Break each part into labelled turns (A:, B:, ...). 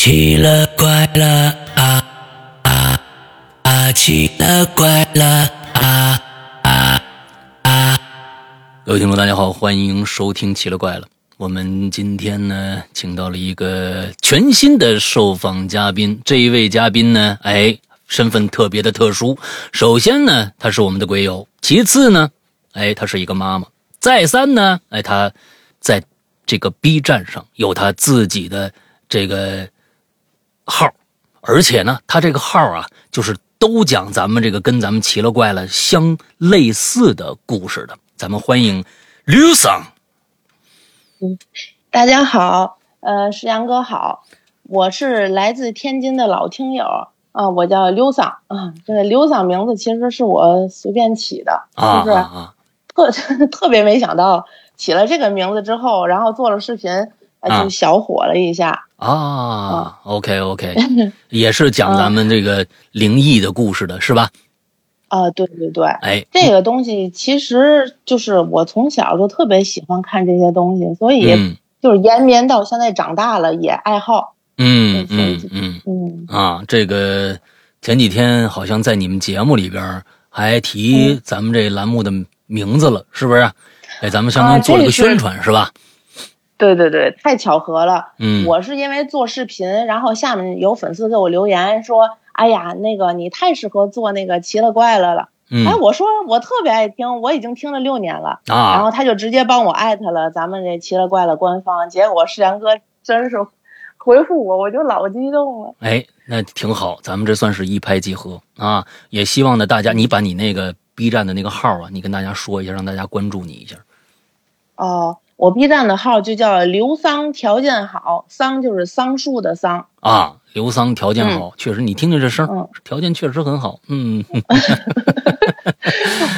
A: 奇了怪了啊啊啊！奇了怪了啊啊啊！
B: 各位听众，大家好，欢迎收听《奇了怪了》。我们今天呢，请到了一个全新的受访嘉宾。这一位嘉宾呢，哎，身份特别的特殊。首先呢，他是我们的鬼友；其次呢，哎，她是一个妈妈；再三呢，哎，她在这个 B 站上有她自己的这个号，而且呢，他这个号啊，就是都讲咱们这个跟咱们奇了怪了相类似的故事的。咱们欢迎刘桑，
C: 大家好，呃，石阳哥好，我是来自天津的老听友啊、我叫刘桑啊，这个刘桑名字其实是我随便起的，
B: 啊
C: 就是
B: 啊
C: 特特 别没想到起了这个名字之后，然后做了视频，
B: 啊
C: 呃，就小火了一下，
B: 啊啊！OK OK，也是讲咱们这个灵异的故事的是吧？
C: 啊、对对对，
B: 哎，
C: 这个东西其实就是我从小就特别喜欢看这些东西，所以
B: 嗯
C: 就是延绵到现在长大了也爱好，
B: 嗯嗯嗯
C: 嗯，
B: 啊，这个前几天好像在你们节目里边还
C: 嗯
B: 提咱们这栏目的名字了，是不是？哎，咱们相当于
C: 啊
B: 做了
C: 这
B: 个
C: 是
B: 宣传、是吧？
C: 对对对，太巧合了。
B: 嗯，
C: 我是因为做视频，然后下面有粉丝给我留言说：“哎呀，那个你太适合做那个奇了怪了了。
B: 嗯
C: 哎，我说我特别爱听，我已经听了六年了。然
B: 啊
C: 后他就直接帮我艾特了咱们这奇了怪了官方，结果世阳哥真是回复我，我就老激动了。
B: 哎，那挺好，咱们这算是一拍即合啊！也希望呢，大家你把你那个 B 站的那个号啊，你跟大家说一下，让大家关注你一下。
C: 哦，我 B 站的号就叫刘桑，条件好，桑就是桑树的桑。
B: 啊，刘桑条件好，确实，你听听这声儿，
C: 嗯
B: 条件确实很好。嗯，嗯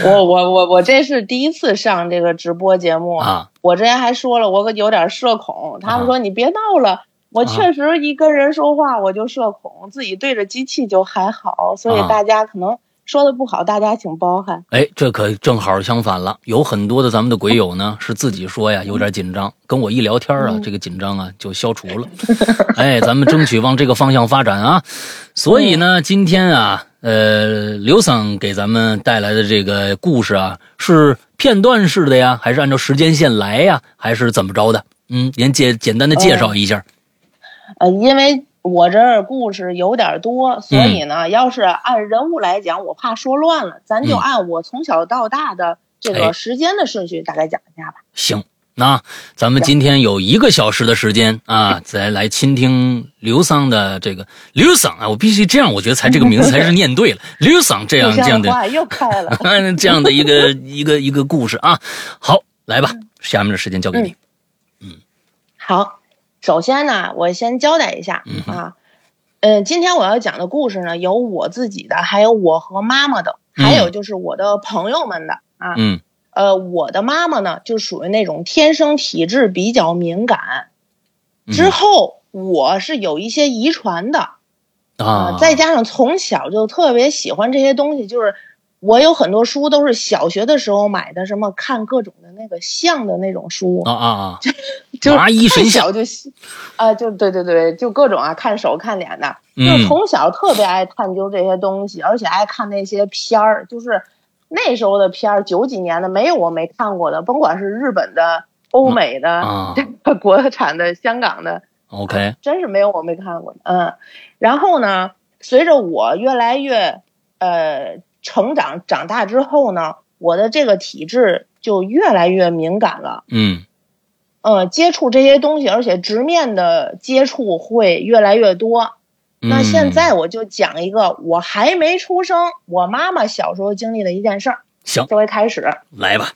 C: 我我我我这是第一次上这个直播节目
B: 啊
C: 我之前还说了，我有点社恐，他们说你别闹了。
B: 啊
C: 我确实一跟人说话我就社恐，自己对着机器就还好，所以
B: 啊
C: 大家可能说的不好，大家请包涵。
B: 哎，这可正好相反了。有很多的咱们的鬼友呢，是自己说呀有点紧张，跟我一聊天啊，
C: 嗯
B: 这个紧张啊就消除了。 哎，咱们争取往这个方向发展啊。所以呢，今天啊，呃，刘桑给咱们带来的这个故事啊，是片段式的呀，还是按照时间线来呀，还是怎么着的？嗯，您简简单的介绍一下。
C: 呃，因为我这儿故事有点多，所
B: 嗯
C: 以呢，要是按人物来讲，我怕说乱了，咱就
B: 嗯
C: 按我从小到大的这
B: 哎
C: 个时间的顺序大概讲一下吧。
B: 行，那咱们今天有一个小时的时间啊，再来倾听刘桑的这个刘桑啊，我必须这样，我觉得才这个名字才是念对了，刘桑这样
C: 互
B: 这样
C: 相
B: 的
C: 话又开了。
B: 这样的一 个一个一个故事啊。好，来吧，
C: 嗯
B: 下面的时间交给你。
C: 好，首先呢，我先交代一下
B: 嗯哼
C: 啊，嗯，今天我要讲的故事呢，有我自己的，还有我和妈妈的，
B: 嗯
C: 还有就是我的朋友们的啊。
B: 嗯
C: 呃，我的妈妈呢，就属于那种天生体质比较敏感，
B: 嗯
C: 之后我是有一些遗传的
B: 啊，
C: 再加上从小就特别喜欢这些东西，就是。我有很多书都是小学的时候买的，什么看各种的那个像的那种书
B: 啊啊
C: 就是
B: 麻衣神
C: 从
B: 像
C: 小就喜，啊、就对对对，就各种啊，看手看脸的，就是
B: 嗯
C: 从小特别爱探究这些东西，而且爱看那些片儿，就是那时候的片儿，九几年的没有我没看过的，甭管是日本的、欧美的、
B: 啊
C: 国产的、香港的，
B: ，OK，
C: 真是没有我没看过的。嗯，然后呢，随着我越来越呃成长长大之后呢，我的这个体质就越来越敏感了。
B: 嗯
C: 呃，接触这些东西，而且直面的接触会越来越多。
B: 嗯，
C: 那现在我就讲一个我还没出生，我妈妈小时候经历的一件事儿，
B: 行，
C: 作为开始。
B: 来吧，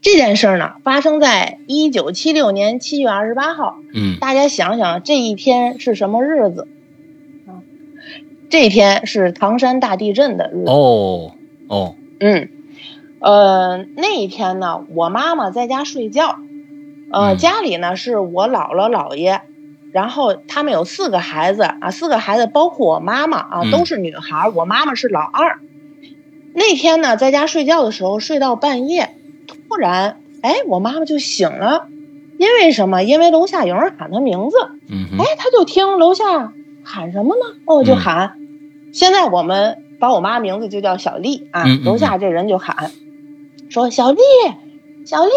C: 这件事儿呢，发生在一九七六年七月二十八号。
B: 嗯
C: 大家想想，这一天是什么日子？啊，这一天是唐山大地震的日子。
B: 哦哦
C: 嗯，呃，那一天呢，我妈妈在家睡觉，呃，
B: 嗯
C: 家里呢是我姥姥姥爷，然后他们有四个孩子啊，四个孩子包括我妈妈啊
B: 嗯，
C: 都是女孩儿，我妈妈是老二。那天呢，在家睡觉的时候，睡到半夜，突然，哎，我妈妈就醒了，因为什么？因为楼下有人喊他名字，
B: 嗯哼，
C: 哎，他就听楼下喊什么呢？哦，就
B: 嗯
C: 喊。现在我们把我妈名字就叫小丽啊，
B: 嗯嗯
C: 楼下这人就喊，说小丽，小丽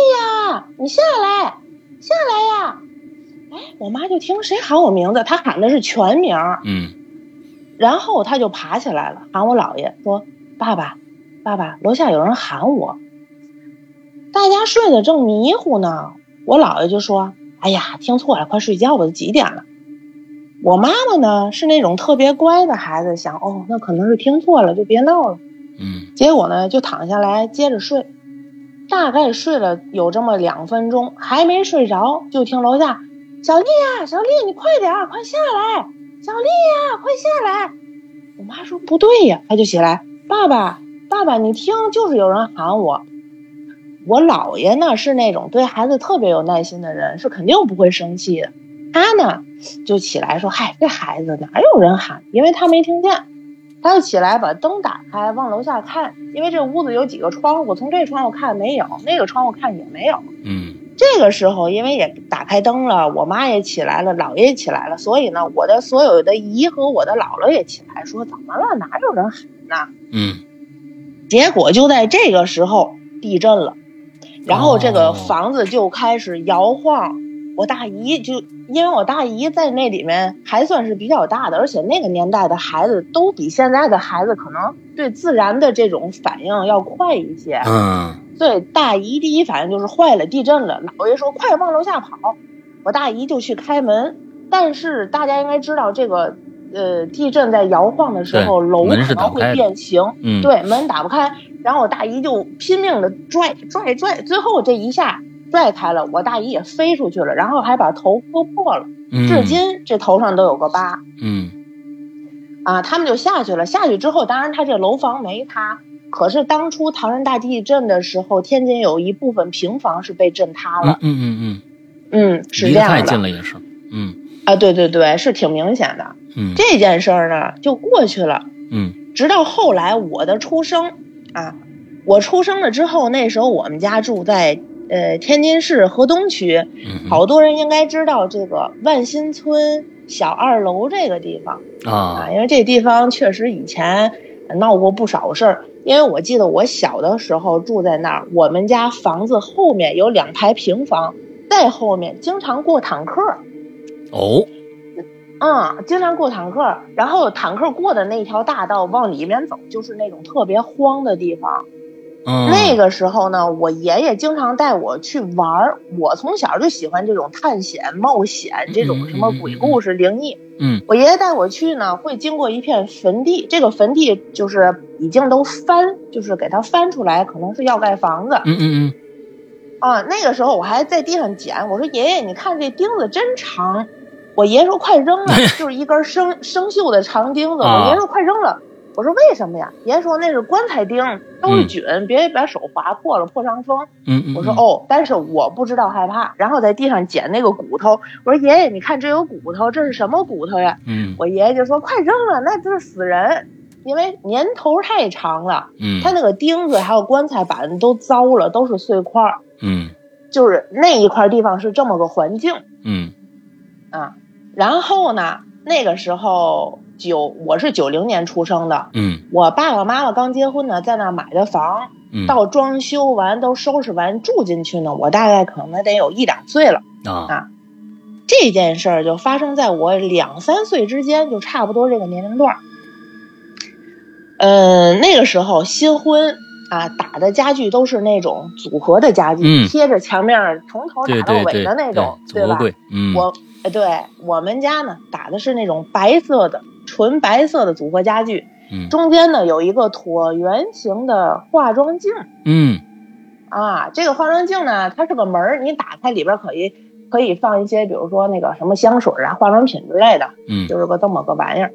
C: 呀、你下来，下来呀、哎，我妈就听谁喊我名字，她喊的是全名儿，
B: 嗯
C: 然后她就爬起来了，喊我姥爷说：“爸爸，爸爸，楼下有人喊我。”大家睡得正迷糊呢，我姥爷就说：“哎呀，听错了，快睡觉吧，都几点了？”我妈妈呢是那种特别乖的孩子，想哦，那可能是听错了，就别闹了。
B: 嗯
C: 结果呢，就躺下来接着睡，大概睡了有这么两分钟，还没睡着，就听楼下小丽呀、小丽，你快点儿，快下来！小丽呀、快下来！我妈说不对呀，她就起来，爸爸，爸爸，你听，就是有人喊我。我姥爷呢是那种对孩子特别有耐心的人，是肯定不会生气的。他呢就起来说：“嗨，这孩子哪有人喊？因为他没听见。”他就起来把灯打开，往楼下看，因为这屋子有几个窗户，从这窗户看没有，那个窗户看也没有。
B: 嗯
C: 这个时候，因为也打开灯了，我妈也起来了，姥爷也起来了，所以呢，我的所有的姨和我的姥姥也起来说：“怎么了？哪有人喊呢
B: 嗯，？”
C: 结果就在这个时候，地震了，然后这
B: 哦
C: 个房子就开始摇晃。我大姨就因为我大姨在那里面还算是比较大的，而且那个年代的孩子都比现在的孩子可能对自然的这种反应要快一些。
B: 嗯
C: 所以大姨第一反应就是坏了，地震了。姥爷说快往楼下跑，我大姨就去开门。但是大家应该知道，这个呃地震在摇晃的时候，
B: 对
C: 楼可
B: 门是打
C: 能
B: 不开的
C: 会变形，
B: 嗯，
C: 对，门打不开。然后我大姨就拼命的拽拽拽，最后这一下拽开了，我大姨也飞出去了，然后还把头磕破了，
B: 嗯，
C: 至今这头上都有个疤。
B: 嗯
C: 啊，他们就下去了。下去之后，当然他这楼房没塌，可是当初唐山大地震的时候，天津有一部分平房是被震塌
B: 嗯
C: 了。
B: 嗯嗯嗯，
C: 嗯，是
B: 离
C: 这
B: 得太
C: 样
B: 近
C: 的
B: 了也是，嗯
C: 啊，对对对，是挺明显的。
B: 嗯
C: 这件事儿呢，就过去了。
B: 嗯
C: 直到后来我的出生啊，我出生了之后，那时候我们家住在呃天津市河东区，
B: 嗯，
C: 好多人应该知道这个万新村小二楼这个地方。啊，
B: 啊，
C: 因为这地方确实以前闹过不少事儿。因为我记得我小的时候住在那儿，我们家房子后面有两排平房，再后面经常过坦克儿，
B: 哦，
C: 嗯，经常过坦克儿。然后坦克过的那条大道往里面走，就是那种特别荒的地方。
B: 嗯，
C: 那个时候呢，我爷爷经常带我去玩儿。我从小就喜欢这种探险、冒险，这
B: 嗯嗯
C: 种什么
B: 嗯
C: 鬼
B: 嗯
C: 故事、灵异。
B: 嗯
C: 我爷爷带我去呢，会经过一片坟地，这个坟地就是已经都翻，就是给它翻出来，可能是要盖房子
B: 嗯嗯嗯
C: 啊。那个时候我还在地上捡，我说爷爷，你看这钉子真长。我爷爷说快扔 了，就是一根生生锈的长钉子。
B: 啊
C: 我爷爷说快扔了，我说为什么呀？爷爷说那是棺材钉，都是
B: 嗯
C: 菌，别把手划破了，破伤风。
B: 嗯嗯，
C: 我说哦，但是我不知道害怕，然后在地上捡那个骨头。我说爷爷，你看这有骨头，这是什么骨头呀？
B: 嗯，
C: 我爷爷就说：“快扔了，那就是死人，因为年头太长了，
B: 嗯
C: 他那个钉子还有棺材板都糟了，都是碎块儿，
B: 嗯
C: 就是那一块地方是这么个环境
B: 嗯
C: 啊。然后呢，那个时候九我是九零年出生的，
B: 嗯
C: 我爸爸妈妈刚结婚呢，在那儿买的房，
B: 嗯，
C: 到装修完都收拾完住进去呢，我大概可能得有一两岁了。
B: 啊，
C: 这件事儿就发生在我两三岁之间，就差不多这个年龄段儿。嗯、那个时候新婚啊，打的家具都是那种组合的家具，
B: 嗯
C: 贴着墙面儿从头
B: 对
C: 打到
B: 对
C: 尾
B: 对
C: 的那种，
B: 对，
C: 吧？
B: 贵，嗯，
C: 我呃对我们家呢打的是那种白色的纯白色的组合家具，
B: 嗯
C: 中间呢有一个椭圆形的化妆镜。
B: 嗯
C: 啊，这个化妆镜呢，它是个门儿，你打开里边儿可以可以放一些，比如说那个什么香水啊、化妆品之类的，
B: 嗯
C: 就是个这么个玩意儿。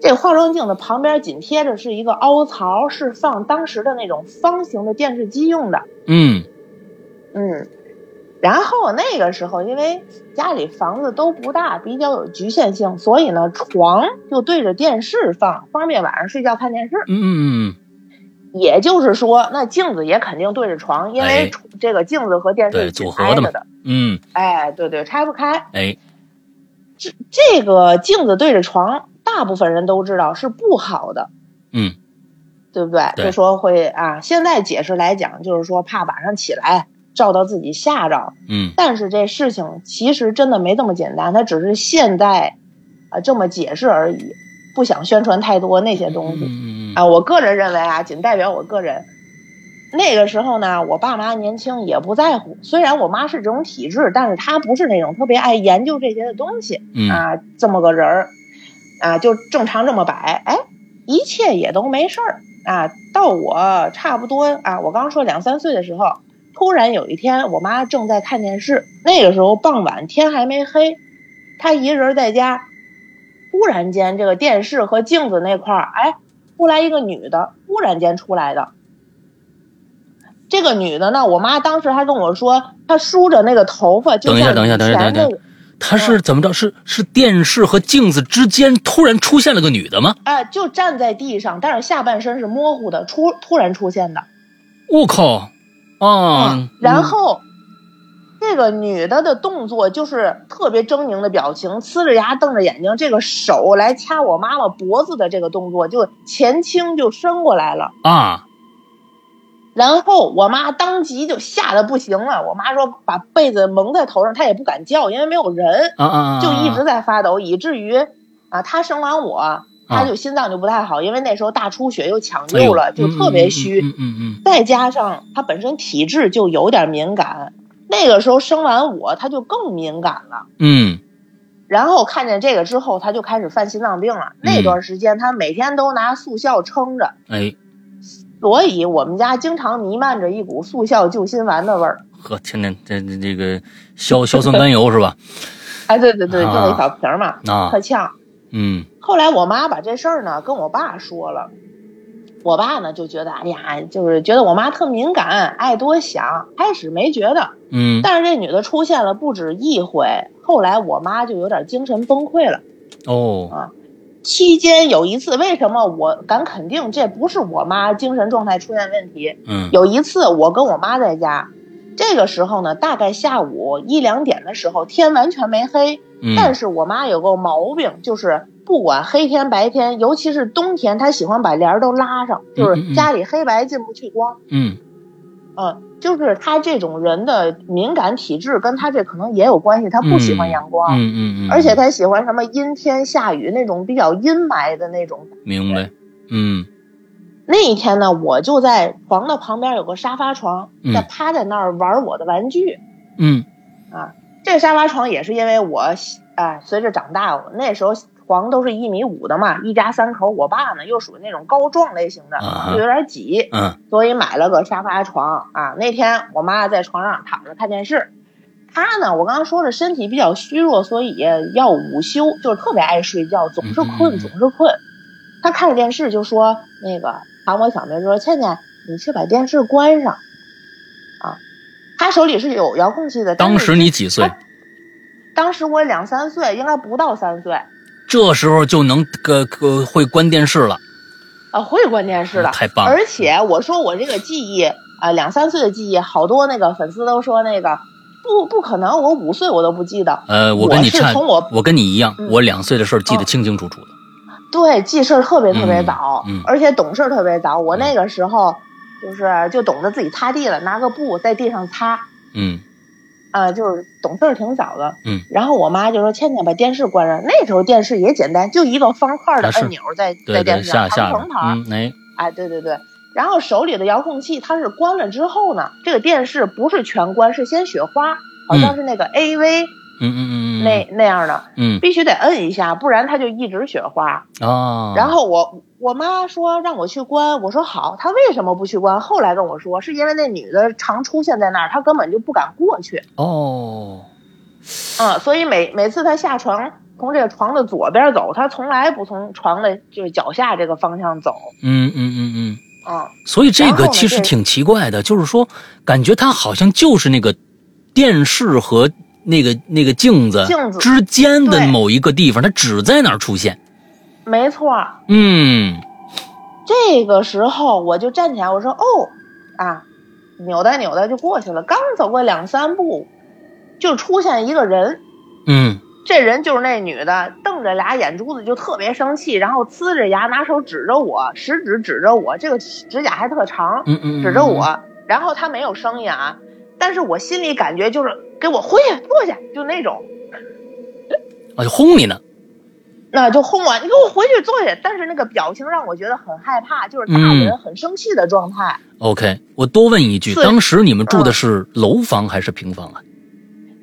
C: 这化妆镜的旁边紧贴着是一个凹槽，是放当时的那种方形的电视机用的。
B: 嗯
C: 嗯，然后那个时候因为家里房子都不大，比较有局限性，所以呢床就对着电视放，方便晚上睡觉看电视。
B: 嗯嗯
C: 也就是说，那镜子也肯定对着床，因
B: 哎
C: 为这个镜子和电视
B: 对
C: 是
B: 组
C: 紧
B: 合
C: 挨
B: 的
C: 着
B: 嘛
C: 的。
B: 嗯，
C: 哎，对对，拆不开。
B: 哎，
C: 这这个镜子对着床，大部分人都知道是不好的，
B: 嗯，
C: 对不对？
B: 对
C: 就说会啊，现在解释来讲，就是说怕晚上起来照到自己吓着。
B: 嗯，
C: 但是这事情其实真的没这么简单，它只是现在啊这么解释而已，不想宣传太多那些东西。
B: 嗯嗯嗯
C: 啊，我个人认为啊，仅代表我个人。那个时候呢，我爸妈年轻也不在乎，虽然我妈是这种体质，但是她不是那种特别爱研究这些的东西
B: 嗯，
C: 啊，这么个人儿啊，就正常这么摆，哎，一切也都没事儿啊。到我差不多啊，我刚说两三岁的时候，突然有一天，我妈正在看电视，那个时候傍晚天还没黑，她一人在家，突然间这个电视和镜子那块儿，哎，出来一个女的，突然间出来的。这个女的呢，我妈当时还跟我说，她梳着那个头发，就
B: 等一下
C: 像
B: 等一下
C: 以
B: 等一下
C: 前
B: 等一
C: 那个
B: 他是怎么着？是是电视和镜子之间突然出现了个女的吗？
C: 哎，就站在地上，但是下半身是模糊的，出突然出现的。
B: 我靠！啊，
C: 嗯然后，这个女的的动作就是特别狰狞的表情，呲着牙瞪着眼睛，这个手来掐我妈妈脖子的这个动作，就前倾就伸过来了。
B: 啊，
C: 然后我妈当即就吓得不行了，我妈说把被子蒙在头上，她也不敢叫，因为没有人，
B: 啊啊，
C: 就一直在发抖，以至于啊，她生完我，她就心脏就不太好，因为那时候大出血又抢救了，就特别虚。
B: 哎嗯嗯
C: 再加上他本身体质就有点敏感，那个时候生完我他就更敏感了。
B: 嗯
C: 然后看见这个之后，他就开始犯心脏病了。那段时间他每天都拿速效撑着，
B: 嗯，哎，
C: 所以我们家经常弥漫着一股速效救心丸的味儿。
B: 呵，天天这这这个硝硝酸甘油是 吧？
C: 哎，对对对，就
B: 啊
C: 那小瓶儿嘛，
B: 啊
C: 特，呛。
B: 嗯
C: 后来我妈把这事儿呢跟我爸说了，我爸呢就觉得哎呀，就是觉得我妈特敏感，爱多想，开始没觉得。
B: 嗯，
C: 但是这女的出现了不止一回，后来我妈就有点精神崩溃了。
B: 哦，
C: 期间有一次，为什么我敢肯定这不是我妈精神状态出现问题？
B: 嗯
C: 有一次我跟我妈在家，这个时候呢，大概下午一两点的时候，天完全没黑，
B: 嗯，
C: 但是我妈有个毛病，就是不管黑天白天，尤其是冬天，她喜欢把帘儿都拉上，就
B: 嗯嗯嗯
C: 是家里黑白进不去光。
B: 嗯
C: 嗯，就是他这种人的敏感体质跟他这可能也有关系，他不喜欢阳光，
B: 嗯嗯嗯，
C: 而且他喜欢什么阴天下雨那种比较阴霾的那种。
B: 明白，嗯
C: 那一天呢，我就在床的旁边有个沙发床
B: 嗯，
C: 在趴在那儿玩我的玩具。
B: 嗯
C: 这个沙发床也是因为我哎，随着长大，我那时候床都是一米五的嘛，一家三口，我爸呢又属于那种高壮类型的
B: 啊哈，
C: 就有点挤。
B: 嗯
C: 所以买了个沙发床啊。那天我妈在床上躺着看电视，她呢，我刚刚说了身体比较虚弱，所以要午休，就是特别爱睡觉，总是
B: 嗯嗯嗯
C: 困，总是困。她看着电视就说：“那个喊我小名说，倩倩，你去把电视关上。”啊，她手里是有遥控器的。但是
B: 当时你几岁？
C: 当时我两三岁，应该不到三岁，
B: 这时候就能个个会关电视了，
C: 啊，会关电视了。
B: 太棒了，
C: 而且我说我这个记忆啊、呃两三岁的记忆，好多那个粉丝都说那个不不可能，我五岁我都不记得。
B: 呃，我跟你
C: 是
B: 差，
C: 从我
B: 我跟你一样，
C: 嗯
B: 我两岁的事儿记得
C: 哦
B: 清清楚楚的。
C: 对记事儿特别特别
B: 嗯
C: 早，
B: 嗯
C: 而且懂事儿特别早。我
B: 嗯
C: 那个时候就是就懂得自己擦地了，拿个布在地上擦，
B: 嗯
C: 啊，就是懂事儿挺早的。
B: 嗯，
C: 然后我妈就说：“倩倩把电视关上。”那时候电视也简单，就一个方块的
B: 啊是
C: 按钮在在
B: 对对，
C: 电视上
B: 下下
C: 弹
B: 了
C: 簧，盘。
B: 嗯，哎，
C: 哎，对对对。然后手里的遥控器，它是关了之后呢，这个电视不是全关，是先雪花，好像是那个 AV
B: 嗯嗯嗯嗯，
C: 那、那样的，
B: 嗯
C: 必须得摁一下，不然它就一直雪花。
B: 啊，
C: 然后我我妈说让我去关，我说好。她为什么不去关？后来跟我说，是因为那女的常出现在那儿，她根本就不敢过去。
B: 哦，
C: 嗯，所以每每次她下床，从这个床的左边走，她从来不从床的就是脚下这个方向走。
B: 嗯嗯嗯嗯，
C: 嗯，
B: 所以这
C: 然后
B: 个
C: 呢
B: 其实
C: 这
B: 挺奇怪的，就是说，感觉它好像就是那个电视和那个那个镜子
C: 镜子
B: 之间的
C: 对
B: 某一个地方，它只在那儿出现。
C: 没错儿。
B: 嗯
C: 这个时候我就站起来，我说：“哦，啊，扭带扭带就过去了。”刚走过两三步，就出现一个人，
B: 嗯
C: 这人就是那女的，瞪着俩眼珠子就特别生气，然后呲着牙拿手指着我，食指指着我，这个指甲还特长，
B: 嗯嗯，
C: 指着我。然后她没有声音啊，但是我心里感觉就是给我回去坐下，就那种。
B: 啊，就轰你呢，
C: 那就轰我，你给我回去坐下。但是那个表情让我觉得很害怕，就是大
B: 嗯
C: 人很生气的状态。
B: OK，我多问一句，
C: 对
B: 当时你们
C: 嗯
B: 住的是楼房还是平房啊？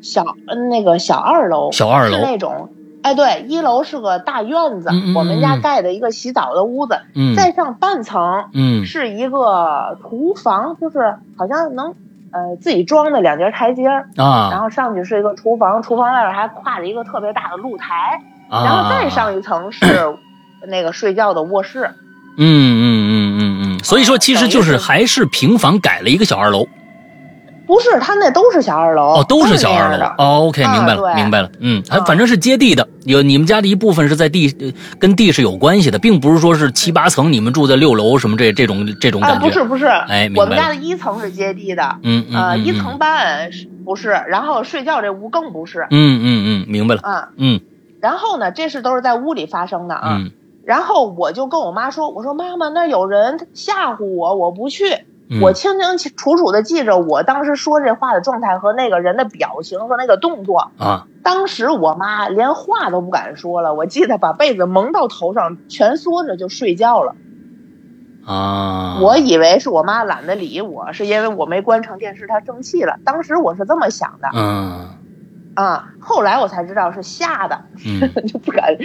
C: 小嗯那个小二楼，
B: 小二
C: 是
B: 楼，
C: 那种，哎，对，一楼是个大院子，
B: 嗯嗯嗯
C: 我们家盖的一个洗澡的屋子，
B: 嗯
C: 再上半层
B: 嗯
C: 是一个厨房，就是好像能呃自己装的两节台阶儿，然
B: 啊
C: 后上去是一个厨房，厨房外边还跨着一个特别大的露台，
B: 啊，
C: 然后再上一层是那个睡觉的卧室，
B: 嗯嗯嗯嗯嗯，所以说其实就
C: 哦等
B: 是
C: 于是
B: 还是平房改了一个小二楼，
C: 不是，他那都是小二楼，
B: 哦，都是小
C: 那样
B: 二楼
C: 的。
B: 哦，OK，
C: 啊
B: 明白了，
C: 对
B: 明白了，嗯，还
C: 啊
B: 反正是接地的，有你们家的一部分是在地，呃跟地是有关系的，并不是说是七八层，你们住在六楼什么这这种这种
C: 啊，
B: 感
C: 不是
B: 觉，
C: 不是，
B: 哎明白
C: 我们家的一层是接地的，
B: 嗯嗯
C: 呃，
B: 嗯
C: 一层半是不是，然后睡觉这屋更不是，
B: 嗯嗯嗯，明白了，
C: 啊，
B: 嗯
C: 然后呢，这事都是在屋里发生的啊。
B: 嗯
C: 然后我就跟我妈说，我说妈妈，那有人吓唬我，我不去。
B: 嗯，
C: 我清清楚楚的记着我当时说这话的状态和那个人的表情和那个动作。
B: 啊
C: 当时我妈连话都不敢说了，我记得把被子蒙到头上，蜷缩着就睡觉了。
B: 啊，
C: 我以为是我妈懒得理我，是因为我没关成电视，她生气了。当时我是这么想的
B: 嗯
C: 啊，后来我才知道是吓的，
B: 嗯
C: 就不敢。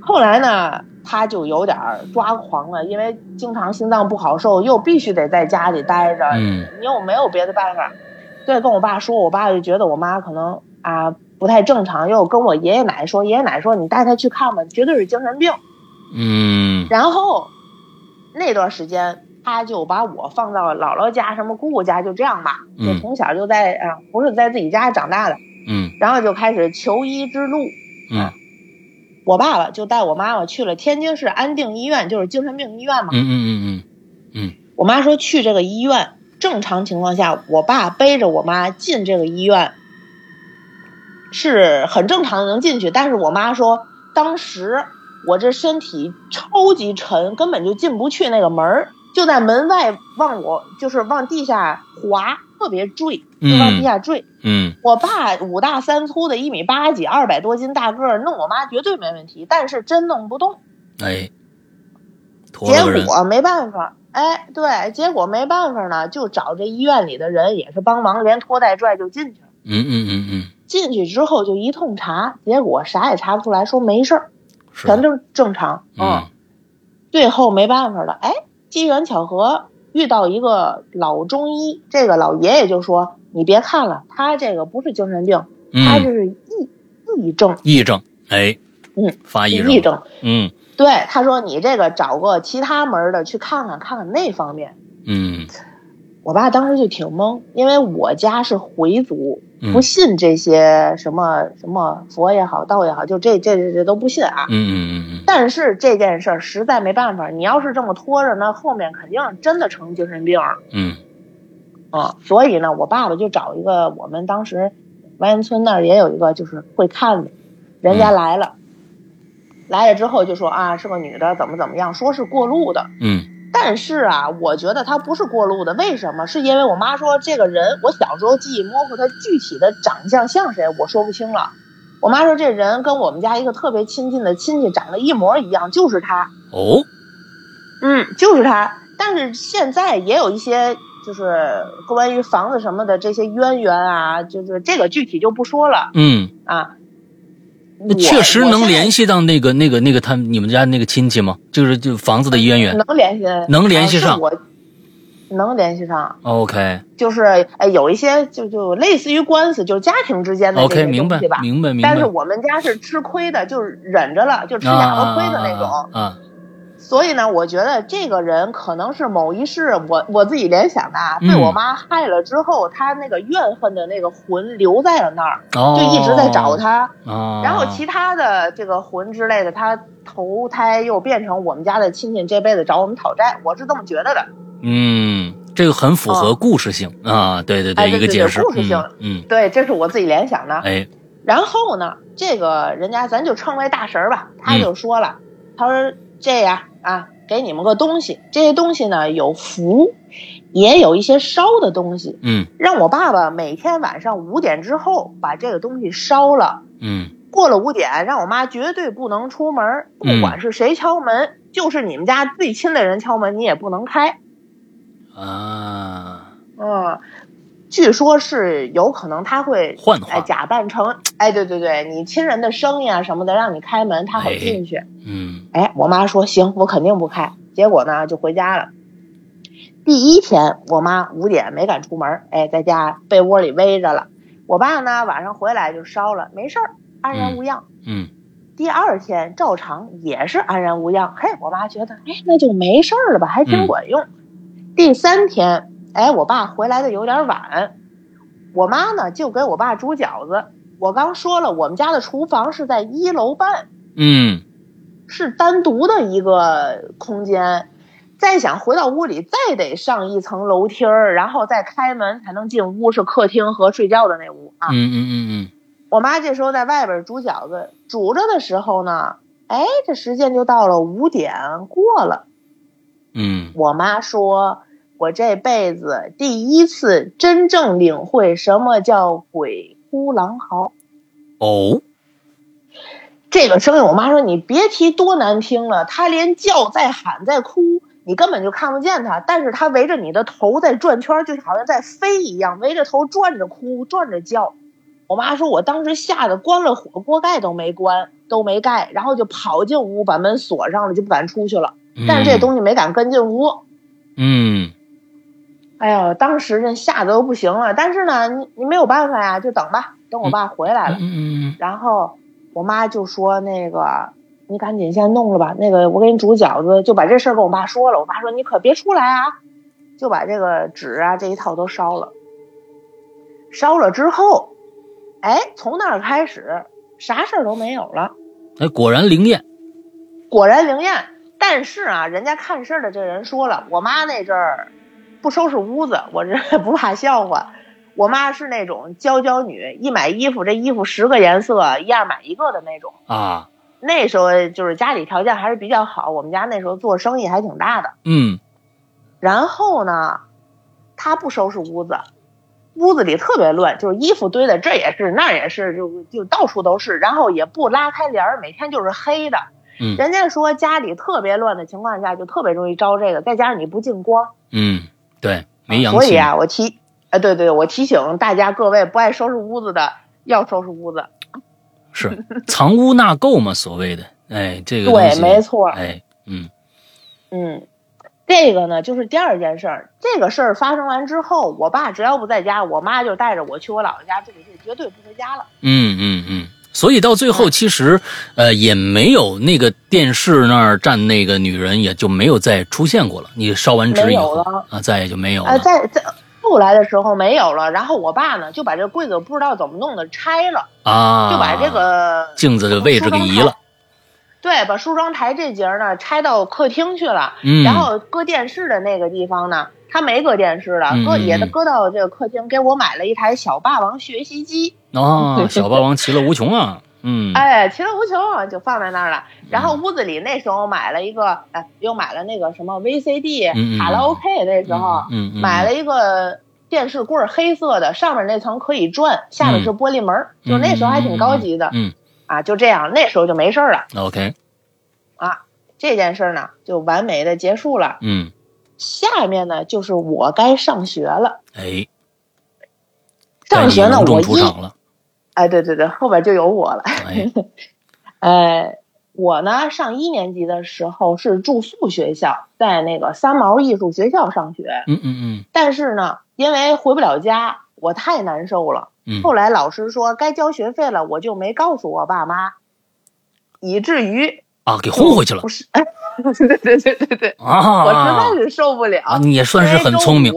C: 后来呢，她就有点儿抓狂了，因为经常心脏不好受，又必须得在家里待着，
B: 嗯
C: 你又没有别的办法。对，跟我爸说，我爸就觉得我妈可能啊不太正常，又跟我爷爷奶奶说，爷爷奶奶说你带她去看吧，绝对是精神病。
B: 嗯
C: 然后那段时间，他就把我放到姥姥家、什么姑姑家，就这样吧。就
B: 嗯
C: 从小就在啊、不是在自己家长大的，
B: 嗯
C: 然后就开始求医之路。
B: 嗯
C: 我爸爸就带我妈妈去了天津市安定医院，就是精神病医院嘛。
B: 嗯嗯
C: 我妈说去这个医院，正常情况下，我爸背着我妈进这个医院是很正常的，能进去。但是我妈说，当时我这身体超级沉，根本就进不去那个门儿，就在门外往我就是往地下滑，特别坠，就往
B: 嗯
C: 地下坠。
B: 嗯
C: 我爸五大三粗的，一米八几，二百多斤大个儿，弄我妈绝对没问题，但是真弄不动。
B: 嗯，哎，驮了个
C: 结
B: 人，
C: 果没办法，哎，对，结果没办法呢，就找这医院里的人也是帮忙，连拖带拽就进去了。
B: 嗯嗯嗯嗯，
C: 进去之后就一通查，结果啥也查不出来，说没事儿，
B: 是
C: 全哦正正常。
B: 嗯
C: 最后没办法了，哎，机缘巧合遇到一个老中医，这个老爷爷就说：“你别看了，他这个不是精神病，他
B: 嗯，
C: 这是抑抑症，
B: 癔症，哎，
C: 嗯，
B: 发癔
C: 抑郁
B: 症，
C: 症。”
B: 嗯
C: 对，他说你这个找个其他门儿的去看看，看看那方面。
B: 嗯
C: 我爸当时就挺懵，因为我家是回族，
B: 嗯
C: 不信这些什么什么佛也好，道也好，就这这这这都不信啊
B: 嗯。嗯嗯
C: 但是这件事儿实在没办法，你要是这么拖着呢，后面肯定真的成精神病儿
B: 嗯
C: 啊。所以呢，我爸爸就找一个我们当时完颜村那儿也有一个就是会看的，人家
B: 嗯
C: 来了，来了之后就说啊是个女的，怎么怎么样，说是过路的。
B: 嗯
C: 但是啊，我觉得他不是过路的，为什么？是因为我妈说这个人，我小时候记忆模糊，他具体的长相像谁，我说不清了。我妈说这人跟我们家一个特别亲近的亲戚长得一模一样，就是他，
B: 哦，
C: 嗯，就是他。但是现在也有一些就是关于房子什么的这些渊源啊，就是这个具体就不说了
B: 嗯，
C: 啊。
B: 那确实能联
C: 系，
B: 系到那个那个那个他你们家那个亲戚吗？就是就房子的渊源
C: 能联系，
B: 能联系
C: 啊是
B: 上
C: 我能联系上。
B: ，OK
C: 就是哎，有一些就就类似于官司，就是家庭之间的这
B: OK，
C: 些
B: 明白
C: 东西吧。
B: 明白明白，
C: 但是我们家是吃亏的，就是忍着了，就吃哑巴亏的那种。
B: 啊，
C: 所以呢，我觉得这个人可能是某一世，我我自己联想的啊，
B: 嗯
C: 被我妈害了之后，他那个怨恨的那个魂留在了那儿，
B: 哦，
C: 就一直在找他。
B: 啊。
C: 然后其他的这个魂之类的，他投胎又变成我们家的亲戚，这辈子找我们讨债，我是这么觉得的。
B: 嗯，这个很符合
C: 哦
B: 故事性、啊，对对
C: 哎
B: 一
C: 对
B: 个
C: 对
B: 解
C: 对
B: 释，
C: 故事性
B: 嗯，嗯，
C: 对，这是我自己联想的。
B: 哎，
C: 然后呢，这个人家咱就称为大神儿吧，他
B: 嗯
C: 就说了，他说这样啊，给你们个东西，这些东西呢有符，也有一些烧的东西，
B: 嗯
C: 让我爸爸每天晚上五点之后把这个东西烧了，
B: 嗯
C: 过了五点，让我妈绝对不能出门，
B: 嗯
C: 不管是谁敲门，就是你们家最亲的人敲门，你也不能开。
B: 啊，
C: 嗯，据说是有可能他会
B: 幻
C: 哎，
B: 化，
C: 假扮成哎，对对对，你亲人的声音啊什么的，让你开门，他好
B: 哎
C: 进去。
B: 嗯
C: 哎，我妈说行，我肯定不开。结果呢，就回家了。第一天，我妈五点没敢出门，哎，在家被窝里围着了。我爸呢，晚上回来就烧了，没事儿，安然无恙。
B: 嗯
C: 第二天照常也是安然无恙。嘿，我妈觉得，哎，那就没事儿了吧，还挺管用。第三天，哎，我爸回来的有点晚，我妈呢就给我爸煮饺子。我刚说了，我们家的厨房是在一楼半，
B: 嗯
C: 是单独的一个空间。再想回到屋里，再得上一层楼梯儿，然后再开门才能进屋，是客厅和睡觉的那屋啊。
B: 嗯嗯嗯
C: 我妈这时候在外边煮饺子，煮着的时候呢，哎，这时间就到了五点过了。
B: 嗯
C: 我妈说，我这辈子第一次真正领会什么叫鬼哭狼嚎。
B: 嗯，哦，
C: 这个声音，我妈说你别提多难听了，她连叫在喊在哭，你根本就看不见她，但是她围着你的头在转圈儿，就好像在飞一样，围着头转着哭，转着叫。我妈说，我当时吓得关了火锅盖都没关，都没盖，然后就跑进屋把门锁上了，就不敢出去了。但是这东西没敢跟进屋，
B: 嗯，
C: 哎呀，当时这吓得都不行了。但是呢，你你没有办法呀，就等吧，等我爸回来了
B: 嗯。嗯嗯
C: 然后我妈就说那个你赶紧先弄了吧，那个我给你煮饺子，就把这事儿跟我爸说了。我爸说你可别出来啊，就把这个纸啊这一套都烧了。烧了之后，哎，从那儿开始啥事儿都没有了，
B: 嗯，哎，果然灵验，
C: 果然灵验。但是啊，人家看事儿的这人说了，我妈那阵儿不收拾屋子，我这 不怕笑话。我妈是那种娇娇女，一买衣服这衣服十个颜色一样买一个的那种。
B: 啊，
C: 那时候就是家里条件还是比较好，我们家那时候做生意还挺大的。
B: 嗯
C: 然后呢，他不收拾屋子，屋子里特别乱，就是衣服堆的这也是那儿也是，就就到处都是。然后也不拉开帘儿，每天就是黑的。
B: 嗯
C: 人家说家里特别乱的情况下，就特别容易招这个，再加上你不进光，
B: 嗯，对，没阳
C: 所
B: 气
C: 以，啊，我提，呃，对对，我提醒大家各位不爱收拾屋子的要收拾屋子。
B: 是藏污纳垢嘛，所谓的，哎，这个东
C: 对，
B: 西
C: 没，错。
B: 哎，嗯
C: 嗯，这个呢，就是第二件事儿。这个事儿发生完之后，我爸只要不在家，我妈就带着我去我姥姥家住，就绝对不回家了。
B: 嗯嗯嗯。所以到最
C: 嗯
B: 后，其实，呃，也没有那个电视那儿站那个女人，也就没有再出现过了。你烧完纸
C: 没
B: 以
C: 有
B: 后
C: 了
B: 啊，再也就没有了。
C: 哎、在在后来的时候没有了。然后我爸呢，就把这柜子不知道怎么弄的拆了，
B: 啊，
C: 就把这个、
B: 镜子的位置给移了。
C: 对，把梳妆台这节儿呢拆到客厅去了。
B: 嗯，
C: 然后搁电视的那个地方呢，他没搁电视了，搁
B: 嗯嗯
C: 也
B: 嗯
C: 搁到这个客厅，给我买了一台小霸王学习机。
B: 哦，小霸王其乐无穷啊， 嗯，
C: 哎，其乐无穷就放在那儿了。然后屋子里那时候买了一个，哎，又买了那个什么 VCD
B: 嗯嗯嗯
C: 卡拉 OK，那时候
B: 嗯，嗯嗯
C: 买了一个电视柜儿，黑色的，上面那层可以转，下面是玻璃门儿，就那时候还挺高级的
B: 嗯
C: 啊。就这样，那时候就没事儿了
B: ，OK，
C: 啊。这件事儿呢，就完美的结束了。
B: 嗯，
C: 下面呢，就是我该上学了。
B: 哎，
C: 上学呢，
B: 但你隆重
C: 我
B: 出
C: 一
B: 场了，
C: 哎，对对对，后边就有我了。
B: 哎，
C: 呃，我呢上一年级的时候是住宿学校，在那个三毛艺术学校上学，
B: 嗯嗯
C: 但是呢，因为回不了家，我太难受
B: 嗯
C: 了。
B: 嗯，
C: 后来老师说该交学费了，我就没告诉我爸妈，以至于
B: 啊，给轰回去了
C: 不是， 哎，对对对对对，
B: 啊！
C: 我实在是受不了。
B: 啊，你也算是很聪明，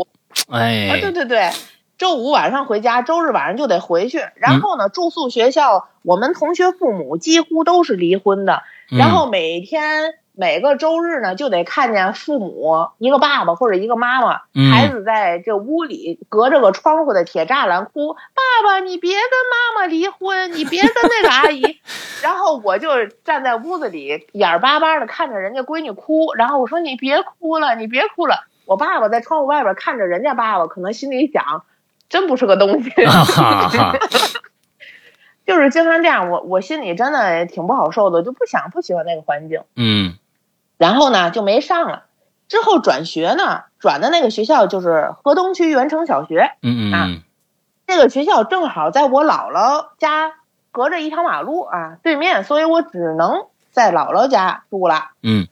B: 哎，
C: 啊，对对对，周五晚上回家，周日晚上就得回去。
B: 嗯
C: 然后呢，住宿学校，我们同学父母几乎都是离婚的。
B: 嗯
C: 然后每天每个周日呢，就得看见父母一个爸爸或者一个妈妈，
B: 嗯
C: 孩子在这屋里隔着个窗户的铁栅栏哭：“爸爸，你别跟妈妈离婚，你别跟那个阿姨。” 然后我就站在屋子里眼儿巴巴的看着人家闺女哭，然后我说：“你别哭了，你别哭了。”我爸爸在窗户外边看着人家爸爸，可能心里想，真不是个东西。
B: 啊哈哈，
C: 就是经常这样，我我心里真的挺不好受的，我就不想不喜欢那个环境。
B: 嗯
C: 然后呢就没上了。之后转学呢，转的那个学校就是河东区元城小学。
B: 嗯嗯
C: 啊
B: 嗯，
C: 这个学校正好在我姥姥家隔着一条马路啊对面，所以我只能在姥姥家住了
B: 嗯，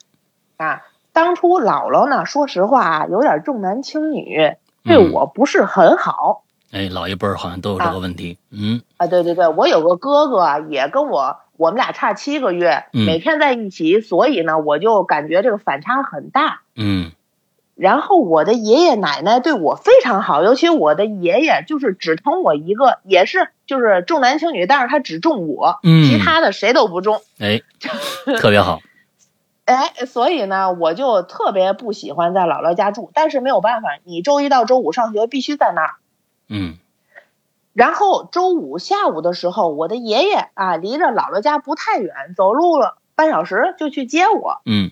C: 啊。当初姥姥呢，说实话啊，有点重男轻女，
B: 嗯
C: 对我不是很好、
B: 哎，老一辈儿好像都有这个问题，嗯
C: 啊。对对对，我有个哥哥啊也跟我，我们俩差七个月，
B: 嗯
C: 每天在一起，所以呢，我就感觉这个反差很大。
B: 嗯
C: 然后我的爷爷奶奶对我非常好，尤其我的爷爷就是只疼我一个，也是就是重男轻女，但是他只重我，
B: 嗯，
C: 其他的谁都不重。
B: 哎，特别好，
C: 哎，所以呢，我就特别不喜欢在姥姥家住，但是没有办法，你周一到周五上学必须在那儿。
B: 嗯
C: 然后周五下午的时候，我的爷爷啊，离着姥姥家不太远，走路了半小时就去接我。
B: 嗯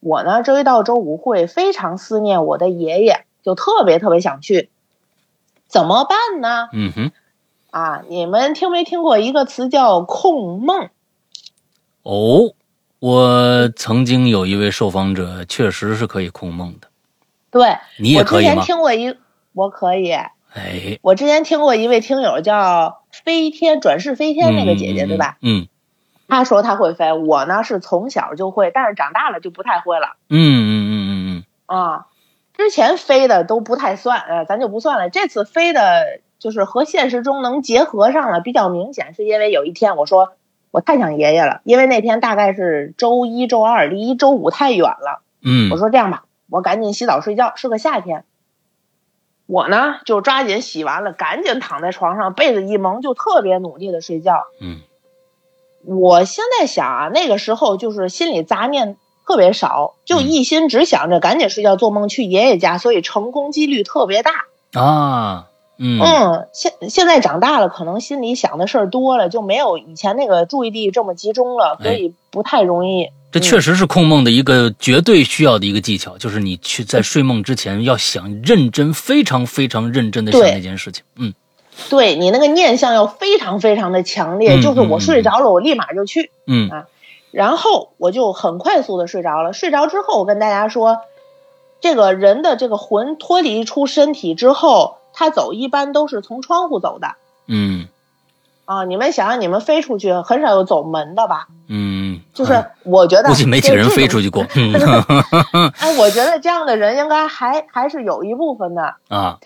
C: 我呢，周一到周五会非常思念我的爷爷，就特别特别想去。怎么办呢？
B: 嗯哼，
C: 啊，你们听没听过一个词叫“控梦
B: 哦，我曾经有一位受访者确实是可以控梦的，”？
C: 对，
B: 你也
C: 我之
B: 可以
C: 前
B: 吗？
C: 听过一，我可以。
B: 哎，
C: 我之前听过一位听友叫飞天转世飞天那个姐姐，对吧？？
B: 嗯
C: 她说她会飞，我呢是从小就会，但是长大了就不太会了
B: 嗯嗯嗯嗯
C: 啊。之前飞的都不太算，呃，咱就不算了。这次飞的就是和现实中能结合上了，比较明显，是因为有一天我说我太想爷爷了，因为那天大概是周一周二，离周五太远了。
B: 嗯
C: 我说这样吧，我赶紧洗澡睡觉，是个夏天。我呢就抓紧洗完了，赶紧躺在床上，被子一蒙，就特别努力的睡觉。
B: 嗯
C: 我现在想啊，那个时候就是心里杂念特别少，就
B: 嗯
C: 一心只想着赶紧睡觉，做梦去爷爷家，所以成功几率特别大。
B: 嗯啊，嗯
C: 嗯，现现在长大了，可能心里想的事儿多了，就没有以前那个注意力这么集中了，所
B: 哎
C: 以不太容易。
B: 这确实是控梦的一个绝对需要的一个技巧，就是你去在睡梦之前要想认真，非常非常认真的想
C: 对
B: 那件事情。嗯
C: 对你那个念想要非常非常的强烈，
B: 嗯
C: 就是我
B: 嗯嗯
C: 睡着了，我立马就去。
B: 嗯
C: 然后我就很快速的睡着了。睡着之后，我跟大家说，这个人的这个魂脱离出身体之后，他走一般都是从窗户走的
B: 嗯
C: 啊。你们想想，你们飞出去很少有走门的吧？
B: 嗯，
C: 就是
B: 啊
C: 我觉得
B: 估计没几个人飞出
C: 去。
B: 去过。嗯
C: 哎，我觉得这样的人应该还还是有一部分的，
B: 啊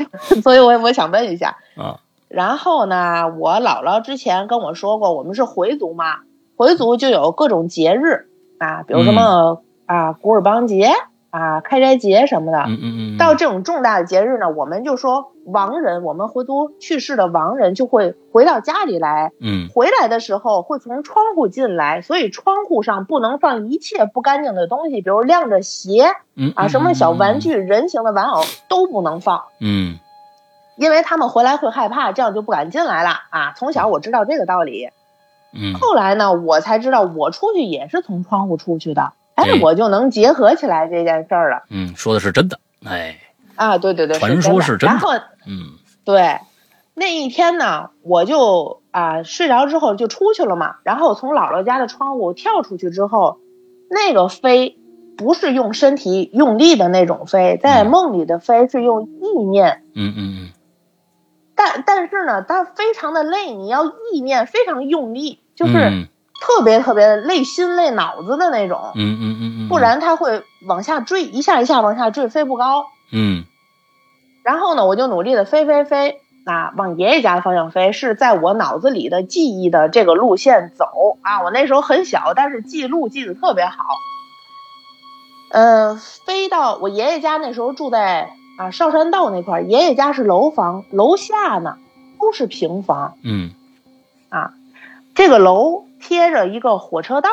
C: 所以我我想问一下。
B: 啊
C: 然后呢，我姥姥之前跟我说过，我们是回族嘛，回族就有各种节日啊，比如什
B: 嗯
C: 么、啊古尔邦节啊、开斋节什么的。
B: 嗯嗯嗯，
C: 到这种重大的节日呢，我们就说亡人，我们回族去世的亡人就会回到家里来，
B: 嗯
C: 回来的时候会从窗户进来，所以窗户上不能放一切不干净的东西，比如晾着鞋
B: 嗯
C: 啊，什么小玩具、人形的玩偶都不能放。
B: 嗯
C: 因为他们回来会害怕，这样就不敢进来了啊！从小我知道这个道理，
B: 嗯嗯
C: 后来呢，我才知道我出去也是从窗户出去的，哎
B: 对，
C: 我就能结合起来这件事儿了
B: 嗯，说的是真的。哎
C: 啊！对对对，
B: 传说是真的
C: 然后
B: 嗯
C: 对，那一天呢，我就啊睡着之后就出去了嘛，然后从姥姥家的窗户跳出去之后，那个飞不是用身体用力的那种飞，在
B: 嗯
C: 梦里的飞是用意念
B: 嗯嗯
C: 但但是呢，它非常的累，你要意念非常用
B: 嗯，
C: 力，就是
B: 嗯
C: 特别特别累心累脑子的那种，
B: 嗯嗯嗯嗯，
C: 不然它会往下坠，一下一下往下坠，飞不高。
B: 嗯
C: 然后呢，我就努力的飞飞飞，啊，往爷爷家的方向飞，是在我脑子里的记忆的这个路线走啊。我那时候很小，但是记路记得特别好。呃，飞到我爷爷家那时候住在啊少山道那块儿，爷爷家是楼房，楼下呢都是平房，
B: 嗯
C: 这个楼贴着一个火车道，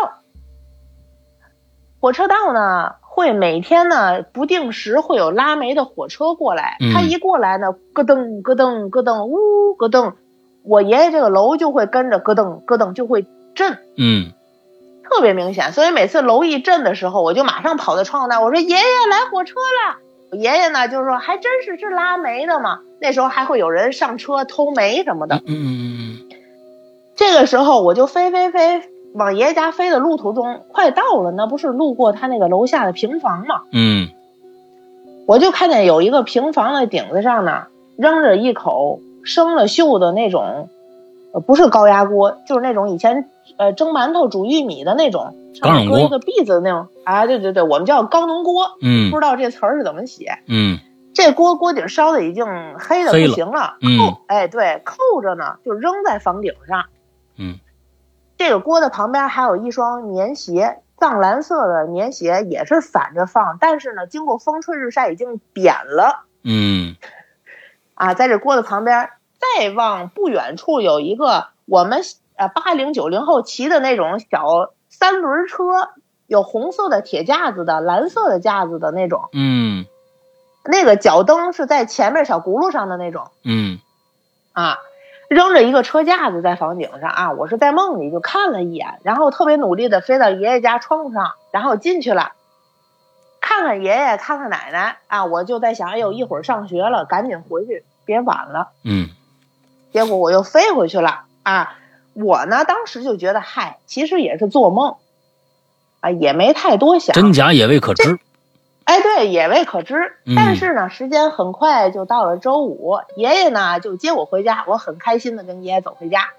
C: 火车道呢会每天呢不定时会有拉煤的火车过来
B: 嗯，
C: 它一过来呢咯噔咯噔咯噔呜咯噔，我爷爷这个楼就会跟着咯噔咯噔就会震，
B: 嗯
C: 特别明显。所以每次楼一震的时候，我就马上跑到窗户那儿，我说爷爷来火车了。我爷爷呢就是说还真是是拉煤的嘛，那时候还会有人上车偷煤什么的。
B: 嗯嗯
C: 这个时候我就飞飞飞往爷爷家飞的路途中，快到了，那不是路过他那个楼下的平房吗？
B: 嗯
C: 我就看见有一个平房的顶子上呢，扔着一口生了锈的那种，呃，不是高压锅，就是那种以前呃蒸馒头煮玉米的那种，上
B: 钢
C: 面
B: 管
C: 搁
B: 锅
C: 一个篦子的那种啊，对对对，我们叫钢笼锅，
B: 嗯
C: 不知道这词儿是怎么写。
B: 嗯
C: 这锅锅底烧的已经黑的
B: 黑
C: 不
B: 了
C: 行了，
B: 嗯
C: 扣哎对，扣着呢，就扔在房顶上。
B: 嗯
C: 这个锅的旁边还有一双棉鞋，藏蓝色的棉鞋也是反着放，但是呢，经过风吹日晒已经扁了
B: 嗯
C: 啊。在这锅的旁边，再往不远处有一个我们呃八零九零后骑的那种小三轮车，有红色的铁架子的、蓝色的架子的那种，
B: 嗯
C: 那个脚蹬是在前面小轱辘上的那种
B: 嗯
C: 啊。扔着一个车架子在房顶上啊，我是在梦里就看了一眼，然后特别努力的飞到爷爷家窗户上，然后进去了，看看爷爷，看看奶奶啊，我就在想，哎呦，一会儿上学了，赶紧回去，别晚了。
B: 嗯
C: 结果我又飞回去了啊，我呢当时就觉得，嗨，其实也是做梦，啊，也没太多想，
B: 真假也未可知。
C: 哎，对，也未可知
B: 嗯。
C: 但是呢，时间很快就到了周五，爷爷呢就接我回家，我很开心的跟爷爷走回家。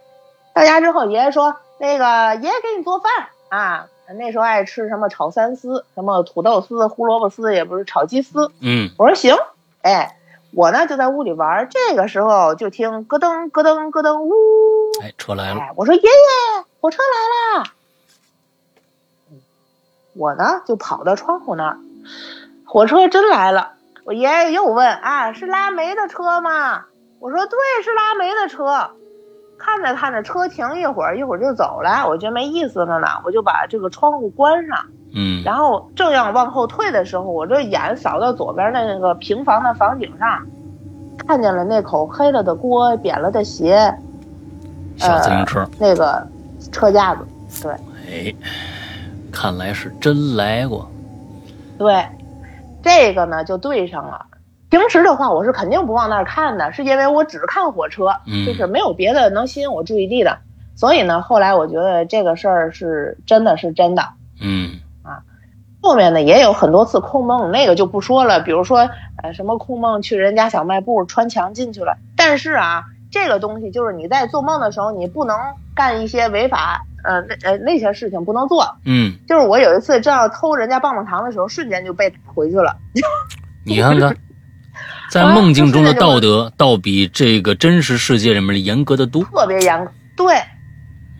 C: 到家之后，爷爷说：“那个爷爷给你做饭啊。”那时候爱吃什么炒三丝，什么土豆丝、胡萝卜丝，也不是炒鸡丝。
B: 嗯
C: 我说行，哎，我呢就在屋里玩儿。这个时候就听咯噔咯噔咯噔，呜，
B: 哎，车来了。
C: 哎，我说爷爷，火车来啦！我呢就跑到窗户那儿，火车真来了。我爷爷又问啊，是拉煤的车吗？我说对，是拉煤的车。看着看着，车停一会儿，一会儿就走了，我觉得没意思了呢，我就把这个窗户关上。
B: 嗯
C: 然后正要往后退的时候，我这眼扫到左边那个平房的房顶上，看见了那口黑了的锅、扁了的鞋，
B: 小自行车。
C: 那个车架子。呃
B: 哎，看来是真来过。
C: 对，这个呢就对上了。平时的话，我是肯定不往那儿看的，是因为我只看火车，
B: 嗯
C: 就是没有别的能吸引我注意力的。所以呢，后来我觉得这个事儿是真的是真的。
B: 嗯
C: 后面呢也有很多次控梦，那个就不说了，比如说呃什么控梦去人家小卖部穿墙进去了，但是啊，这个东西就是你在做梦的时候，你不能干一些违法呃那呃那些事情不能做。
B: 嗯，
C: 就是我有一次正要偷人家棒棒糖的时候，瞬间就被打回去了。
B: 你看看，在梦境
C: 啊
B: 中的道德，倒比这个真实世界里面的严格的多。
C: 特别严格。对，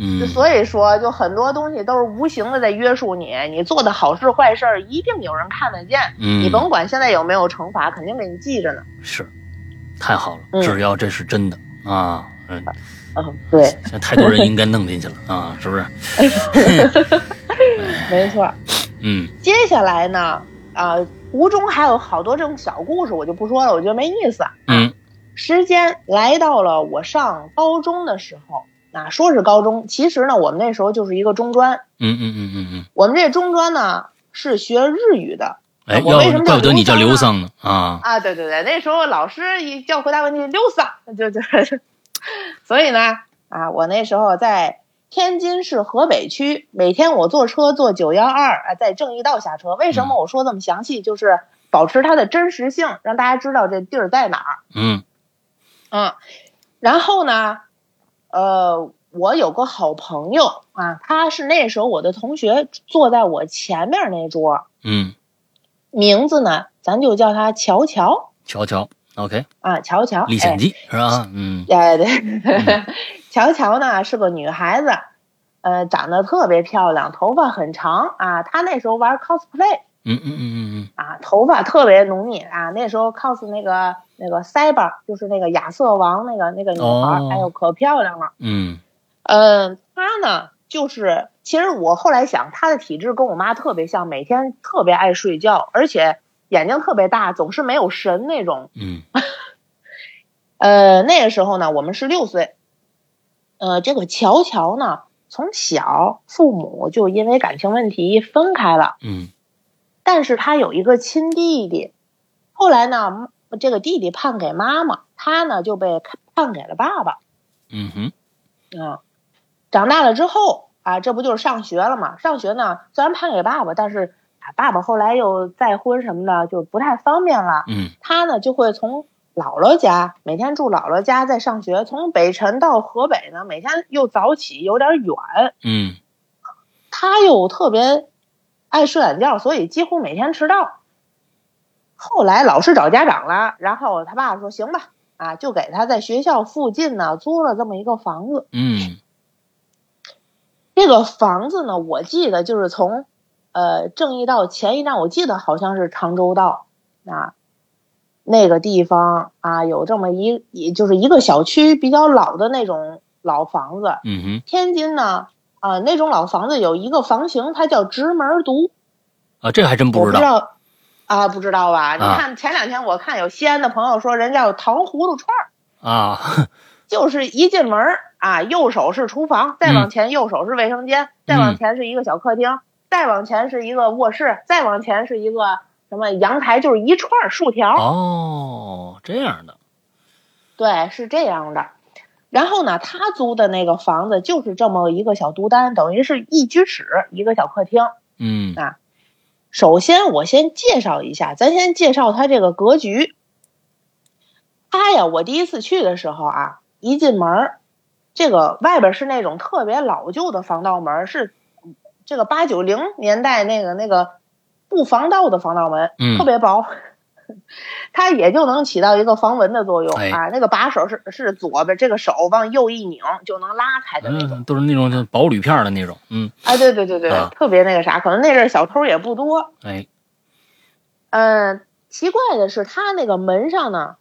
B: 嗯
C: 就所以说，就很多东西都是无形的在约束你，你做的好事坏事儿一定有人看得见，
B: 嗯，
C: 你甭管现在有没有惩罚，肯定给你记着呢。
B: 是，太好了，
C: 嗯
B: 只要这是真的啊，嗯，
C: 嗯，对，
B: 现在太多人应该弄进去了啊，是不是？
C: 没错。
B: 嗯
C: 接下来呢，啊、无中还有好多这种小故事，我就不说了，我觉得没意思。
B: 嗯
C: 时间来到了我上高中的时候，啊，说是高中，其实呢，我们那时候就是一个中专，
B: 嗯嗯嗯嗯嗯，
C: 我们这中专呢是学日语的。
B: 哎，
C: 我为什
B: 要
C: 么
B: 怪不得你叫刘
C: 刘
B: 桑呢啊，
C: 啊，对对对，那时候老师一叫回答问题，溜撒，就就， 所以呢，啊，我那时候在天津市河北区，每天我坐车坐九幺二啊，在正义道下车。为什么我说这么详细？就是保持它的真实性，让大家知道这地儿在哪儿。
B: 嗯
C: 嗯，然后呢，呃，我有个好朋友啊，他是那时候我的同学，坐在我前面那桌，
B: 嗯，
C: 名字呢，咱就叫他乔乔。
B: 瞧瞧， OK，
C: 啊，乔乔，
B: 历险记、是吧？嗯
C: 哎，哎对， 乔乔呢是个女孩子，呃，长得特别漂亮，头发很长啊。她那时候玩 cosplay
B: 嗯嗯嗯嗯
C: 啊，头发特别浓密啊。那时候 cos 那个那个 Cyber，就是那个亚瑟王那个那个女孩儿，
B: 哦
C: 哎呦，可漂亮了。
B: 嗯
C: 嗯，她呢，就是其实我后来想，她的体质跟我妈特别像，每天特别爱睡觉，而且眼睛特别大，总是没有神那种。
B: 嗯
C: 呃，那个时候呢，我们是六岁。呃，这个乔乔呢，从小父母就因为感情问题分开了，
B: 嗯
C: 但是他有一个亲弟弟，后来呢，这个弟弟判给妈妈，他呢就被判给了爸爸。
B: 嗯哼，
C: 啊，长大了之后啊，这不就是上学了嘛？上学呢，虽然判给爸爸，但是啊，爸爸后来又再婚什么的，就不太方便了。
B: 嗯
C: 他呢就会从姥姥家每天住姥姥家，再上学，从北辰到河北呢，每天又早起，有点远。
B: 嗯
C: 他又特别爱睡懒觉，所以几乎每天迟到。后来老师找家长了，然后他爸说行吧，啊，就给他在学校附近呢租了这么一个房子。
B: 嗯
C: 这个房子呢，我记得就是从呃正义道前一站，我记得好像是常州道啊那个地方啊，有这么一也就是一个小区比较老的那种老房子。
B: 嗯哼，
C: 天津呢，啊、那种老房子有一个房型，它叫直门独，
B: 啊，这个还真
C: 我
B: 不
C: 不
B: 知
C: 知
B: 道。
C: 道啊，不知道吧？你
B: 啊
C: 看前两天我看有西安的朋友说，人家有糖葫芦串儿。
B: 啊，
C: 就是一进门儿啊，右手是厨房，再往前右手是卫生间，再往前是一个小客厅，再往前是一个卧室，再往前是一个什么阳台，就是一串儿竖条。
B: 哦，这样的，
C: 对，是这样的。然后呢，他租的那个房子就是这么一个小独单，等于是一居室一个小客厅。
B: 嗯
C: 首先，我先介绍一下，咱先介绍它这个格局。它呀，我第一次去的时候啊，一进门儿，这个外边是那种特别老旧的防盗门儿，是这个八九零年代那个那个不防盗的防盗门，
B: 嗯
C: 特别薄， 它也就能起到一个防蚊的作用
B: 哎
C: 啊。那个把手是是左边，这个手往右一拧就能拉开的那种。
B: 嗯，都是那种就薄铝片儿的那种，嗯，
C: 啊，对对对对，
B: 啊
C: 特别那个啥，可能那阵儿小偷也不多。
B: 哎，
C: 嗯，奇怪的是，它那个门上呢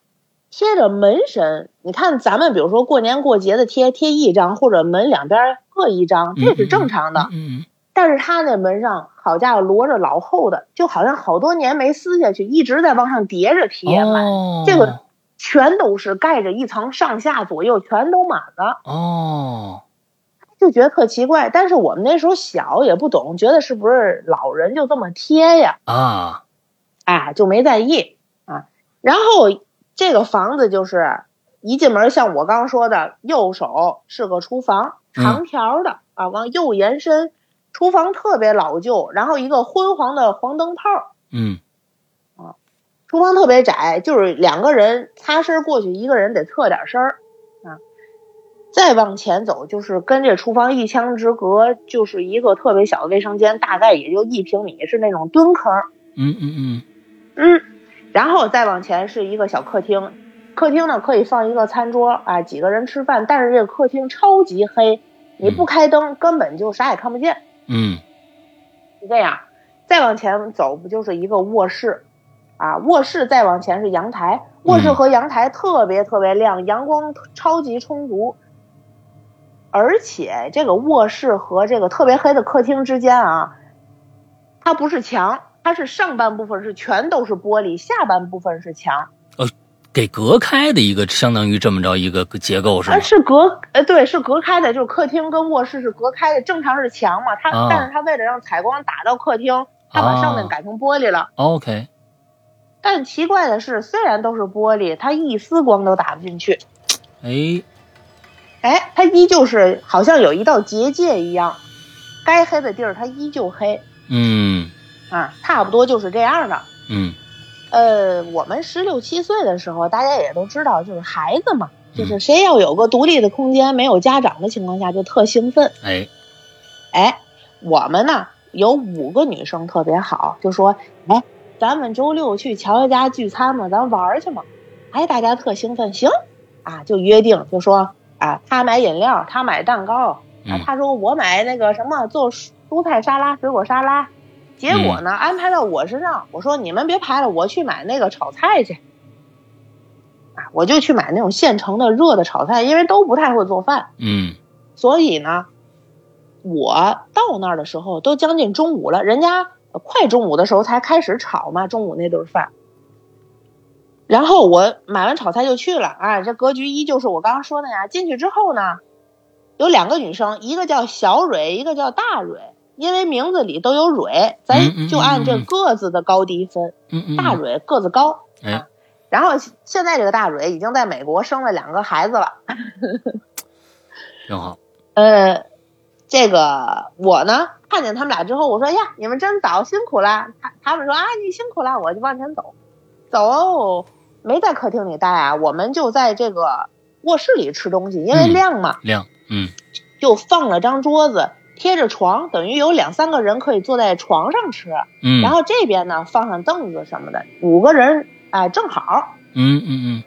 C: 贴着门神。你看，咱们比如说过年过节的贴贴一张，或者门两边各一张，这是正常的。
B: 嗯嗯
C: 但是它那门上，好家伙，摞着老厚的，就好像好多年没撕下去，一直在往上叠着贴
B: 嗯，
C: 满，
B: 哦，
C: 这个全都是盖着一层，上下左右全都满了，
B: 哦，
C: 就觉得特奇怪。但是我们那时候小也不懂，觉得是不是老人就这么贴呀？
B: 啊，
C: 哎，就没在意啊。然后这个房子就是一进门，像我刚刚说的，右手是个厨房，
B: 嗯
C: 长条的、啊，往右延伸，厨房特别老旧，然后一个昏黄的黄灯泡，
B: 嗯
C: 厨房特别窄，就是两个人擦身过去，一个人得侧点身儿啊。再往前走，就是跟这厨房一墙之隔，就是一个特别小的卫生间，大概也就一平米，是那种蹲坑儿。
B: 嗯嗯
C: 嗯，然后再往前是一个小客厅，客厅呢可以放一个餐桌啊，几个人吃饭，但是这个客厅超级黑，你不开灯根本就啥也看不见，
B: 嗯
C: 是这样。再往前走不就是一个卧室，啊，卧室再往前是阳台，卧室和阳台特别特别亮，阳光超级充足。而且这个卧室和这个特别黑的客厅之间啊，它不是墙，它是上半部分是全都是玻璃，下半部分是墙，
B: 嗯，给隔开的一个，相当于这么着一个结构是吗
C: 它？是隔呃对是隔开的，就是客厅跟卧室是隔开的，正常是墙嘛，它、
B: 啊
C: 但是它为了让采光打到客厅，它把上面
B: 啊
C: 改成玻璃了。
B: OK，
C: 但奇怪的是，虽然都是玻璃，它一丝光都打不进去。
B: 哎，
C: 哎，它依旧是好像有一道结界一样，该黑的地儿它依旧黑
B: 嗯
C: 啊，差不多就是这样的。
B: 嗯
C: 呃，我们十六七岁的时候，大家也都知道，就是孩子嘛，
B: 嗯
C: 就是谁要有个独立的空间，没有家长的情况下，就特兴奋。
B: 哎，
C: 哎，我们呢有五个女生特别好，就说哎，咱们周六去乔乔家聚餐嘛，咱玩儿去嘛。哎，大家特兴奋，行啊，就约定，就说啊，他买饮料，他买蛋糕，啊
B: 嗯，
C: 他说我买那个什么做蔬蔬菜沙拉、水果沙拉。结果呢，安排到我身上，我说你们别排了，我去买那个炒菜去。啊，我就去买那种现成的热的炒菜，因为都不太会做饭，
B: 嗯
C: 所以呢，我到那儿的时候都将近中午了，人家呃快中午的时候才开始炒嘛，中午那顿饭。然后我买完炒菜就去了啊，这格局依旧是我刚刚说的呀。进去之后呢，有两个女生，一个叫小蕊，一个叫大蕊，因为名字里都有蕊，
B: 嗯嗯
C: 咱就按
B: 嗯
C: 这
B: 嗯
C: 个子的高低分。
B: 嗯嗯，
C: 大蕊个子高，
B: 哎
C: 啊，然后现在这个大蕊已经在美国生了两个孩子了。
B: 挺好，
C: 呃，这个我呢看见他们俩之后，我说哎呀，你们真早，辛苦啦。他他们说啊，你辛苦啦，我就往前走，走没在客厅里待啊，我们就在这个卧室里吃东西，因为
B: 嗯
C: 亮嘛，
B: 亮，嗯
C: 就放了张桌子贴着床，等于有两三个人可以坐在床上吃，
B: 嗯，
C: 然后这边呢放上凳子什么的，五个人哎、正好。
B: 嗯嗯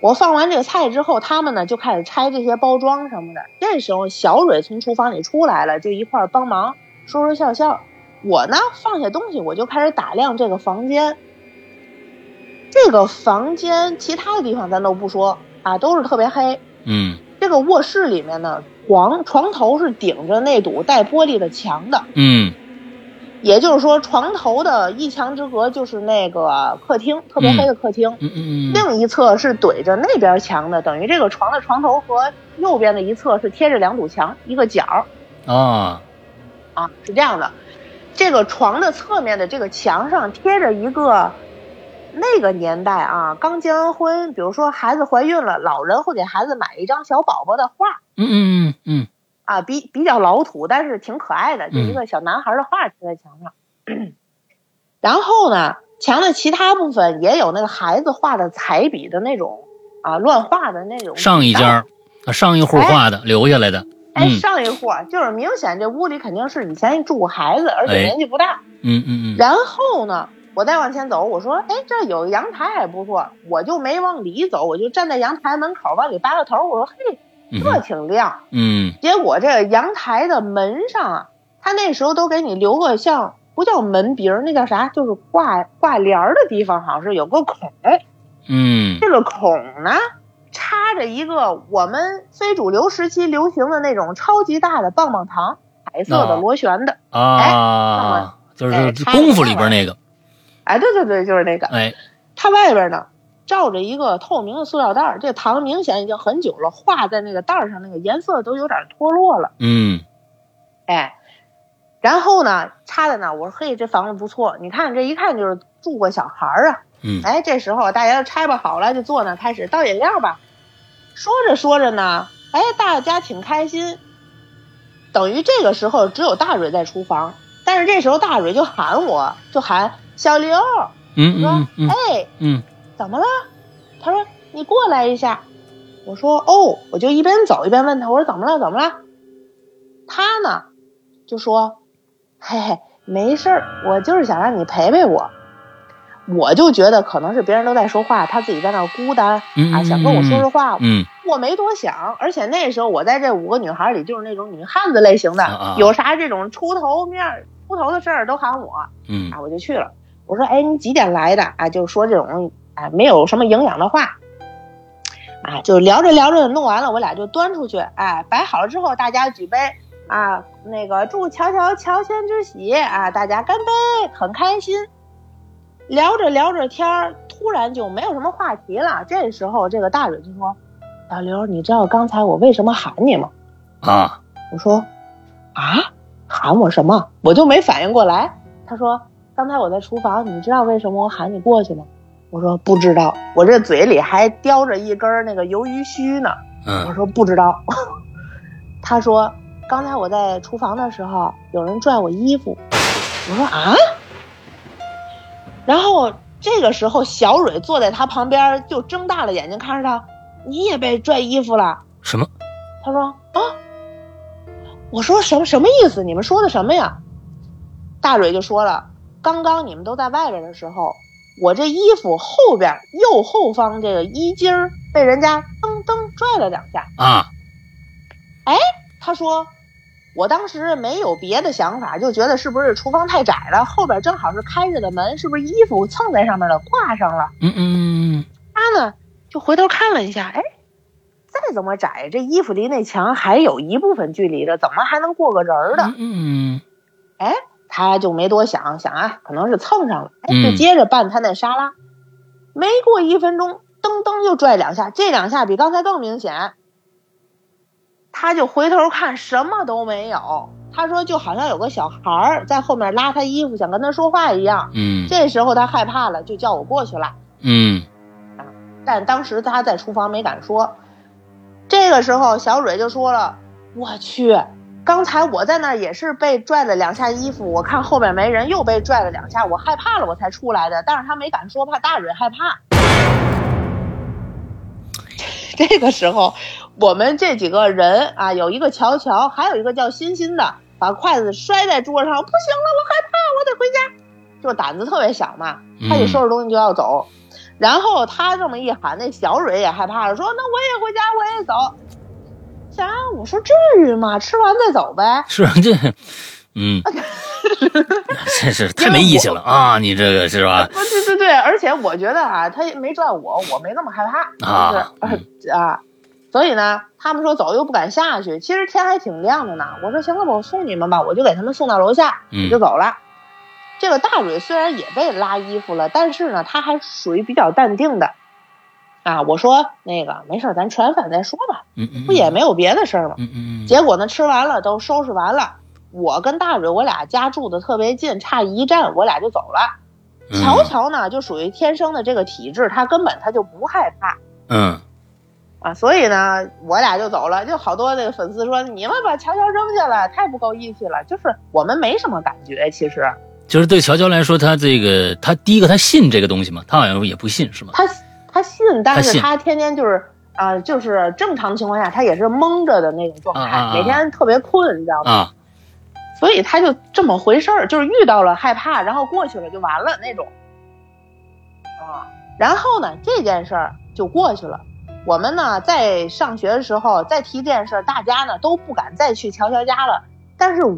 C: 我放完这个菜之后，他们呢就开始拆这些包装什么的。这时候，小蕊从厨房里出来了，就一块儿帮忙说说笑笑。我呢放下东西，我就开始打量这个房间。这个房间其他的地方咱都不说啊，都是特别黑。
B: 嗯
C: 这个卧室里面呢，床床头是顶着那堵带玻璃的墙的，
B: 嗯嗯，
C: 也就是说，床头的一墙之隔就是那个客厅，特别黑的客厅。
B: 嗯嗯嗯，
C: 另一侧是怼着那边墙的，等于这个床的床头和右边的一侧是贴着两堵墙，一个角儿
B: 啊，
C: 啊，是这样的。这个床的侧面的这个墙上贴着一个那个年代啊，刚结完婚，比如说孩子怀孕了，老人会给孩子买一张小宝宝的画
B: 嗯嗯嗯
C: 啊，比比较老土，但是挺可爱的，就一个小男孩的画贴在墙上。 然后呢，墙的其他部分也有那个孩子画的彩笔的那种啊，乱画的那种
B: 嗯，。上一家，上一户画的留下来的，
C: 哎，
B: 嗯
C: 上一户啊就是明显这屋里肯定是以前住过孩子，而且
B: 哎
C: 年纪不大。
B: 嗯嗯嗯
C: 然后呢，我再往前走，我说，哎，这有阳台还不错，我就没往里走，我就站在阳台门口往里扒个头，我说，嘿，这
B: 嗯
C: 挺亮。
B: 嗯
C: 结果这阳台的门上啊，他那时候都给你留个像不叫门鼻儿，那叫啥？就是挂挂帘儿的地方，好像是有个孔。
B: 嗯
C: 这个孔呢，插着一个我们非主流时期流行的那种超级大的棒棒糖，彩色的
B: 啊
C: 螺旋的。
B: 啊，就是功夫里边那个，
C: 哎，对对对，就是那个。
B: 哎，
C: 它外边呢罩着一个透明的塑料袋儿，这糖明显已经很久了，画在那个袋儿上，那个颜色都有点脱落了。
B: 嗯
C: 哎，然后呢，插在那儿，我说嘿，这房子不错，你看这一看就是住过小孩儿啊。
B: 嗯
C: 哎，这时候大家都拆吧好了，就坐那儿开始倒饮料吧。说着说着呢，哎，大家挺开心。等于这个时候只有大蕊在厨房，但是这时候大蕊就喊我，就喊小刘，
B: 嗯
C: 说、
B: 嗯嗯
C: 哎，
B: 嗯
C: 怎么了？他说你过来一下。我说哦，我就一边走一边问他，我说怎么了？怎么了？他呢就说，嘿嘿，没事儿，我就是想让你陪陪我。我就觉得可能是别人都在说话，他自己在那儿孤单
B: 嗯
C: 啊，想跟我说说话。
B: 嗯
C: 我没多想，而且那时候我在这五个女孩里就是那种女汉子类型的，
B: 啊啊啊
C: 有啥这种出头面儿、出头的事儿都喊我。
B: 嗯
C: 啊，我就去了。我说，哎，你几点来的？啊，就是说这种啊没有什么营养的话，啊，就聊着聊着弄完了，我俩就端出去，哎，摆好了之后，大家举杯啊，那个祝乔乔乔迁之喜啊，大家干杯，很开心。聊着聊着天儿，突然就没有什么话题了。这时候，这个大蕊就说：“小刘，你知道刚才我为什么喊你吗？”
B: 啊，
C: 我说啊，喊我什么？我就没反应过来。他说刚才我在厨房，你知道为什么我喊你过去吗？我说不知道，我这嘴里还叼着一根儿那个鱿鱼须呢。我
B: 嗯
C: 说不知道。 他说刚才我在厨房的时候，有人拽我衣服。我说啊，然后这个时候小蕊坐在他旁边儿，就睁大了眼睛看着他，你也被拽衣服了。
B: 什么？
C: 他说啊，我说什么什么意思？你们说的什么呀？大蕊就说了，刚刚你们都在外边的时候，我这衣服后边右后方这个衣襟儿被人家噔噔拽了两下。
B: 啊，
C: 他说，我当时没有别的想法，就觉得是不是厨房太窄了，后边正好是开着的门，是不是衣服蹭在上面了，挂上了。
B: 嗯嗯
C: 他呢就回头看了一下，哎，再怎么窄，这衣服离那墙还有一部分距离的，怎么还能过个人儿呢？
B: 嗯嗯
C: 他就没多想，想啊，可能是蹭上了，哎，
B: 嗯
C: 就接着拌他那沙拉。没过一分钟，噔噔又拽两下，这两下比刚才更明显。他就回头看，什么都没有。他说，就好像有个小孩儿在后面拉他衣服，想跟他说话一样。
B: 嗯
C: 这时候他害怕了，就叫我过去了。
B: 嗯
C: 但当时他在厨房没敢说。这个时候，小蕊就说了：“我去，刚才我在那儿也是被拽了两下衣服，我看后边没人，又被拽了两下，我害怕了，我才出来的。但是他没敢说，怕大蕊害怕。” 这个时候，我们这几个人啊，有一个乔乔，还有一个叫欣欣的，把筷子摔在桌上，不行了，我害怕，我得回家。就是胆子特别小嘛，
B: 嗯，
C: 他得收拾东西就要走。然后他这么一喊，那小蕊也害怕了，说：“那我也回家，我也走。”想啊，我说至于吗？吃完再走呗。
B: 是啊这， 嗯，真是太没意思了啊！你这个是吧？
C: 啊，对对对，而且我觉得啊，他也没拽我，我没那么害怕
B: 啊
C: 就是呃啊，所以呢，他们说走又不敢下去，其实天还挺亮的呢。我说行了吧，我送你们吧，我就给他们送到楼下，
B: 嗯
C: 我就走了。这个大蕊虽然也被拉衣服了，但是呢，他还属于比较淡定的。啊，我说那个没事儿，咱吃完饭再说吧，
B: 嗯嗯，
C: 不也没有别的事儿吗？
B: 嗯嗯
C: 结果呢，吃完了都收拾完了，我跟大蕊我俩家住的特别近，差一站我俩就走了。
B: 嗯，
C: 乔乔呢，就属于天生的这个体质，他根本他就不害怕
B: 嗯
C: 啊，所以呢，我俩就走了。就好多那个粉丝说，你们把乔乔扔下来，太不够义气了。就是我们没什么感觉，其实
B: 就是对乔乔来说，他这个他第一个他信这个东西吗？他好像也不信是吗？
C: 他他信，但
B: 他
C: 是
B: 信
C: 他天天就是啊、就是正常情况下他也是蒙着的那种状态，
B: 啊啊啊
C: 每天特别困，你知道吗？
B: 啊，
C: 所以他就这么回事儿，就是遇到了害怕，然后过去了就完了那种，啊，然后呢这件事儿就过去了。我们呢在上学的时候再提这件事儿，大家呢都不敢再去乔乔家了。但是我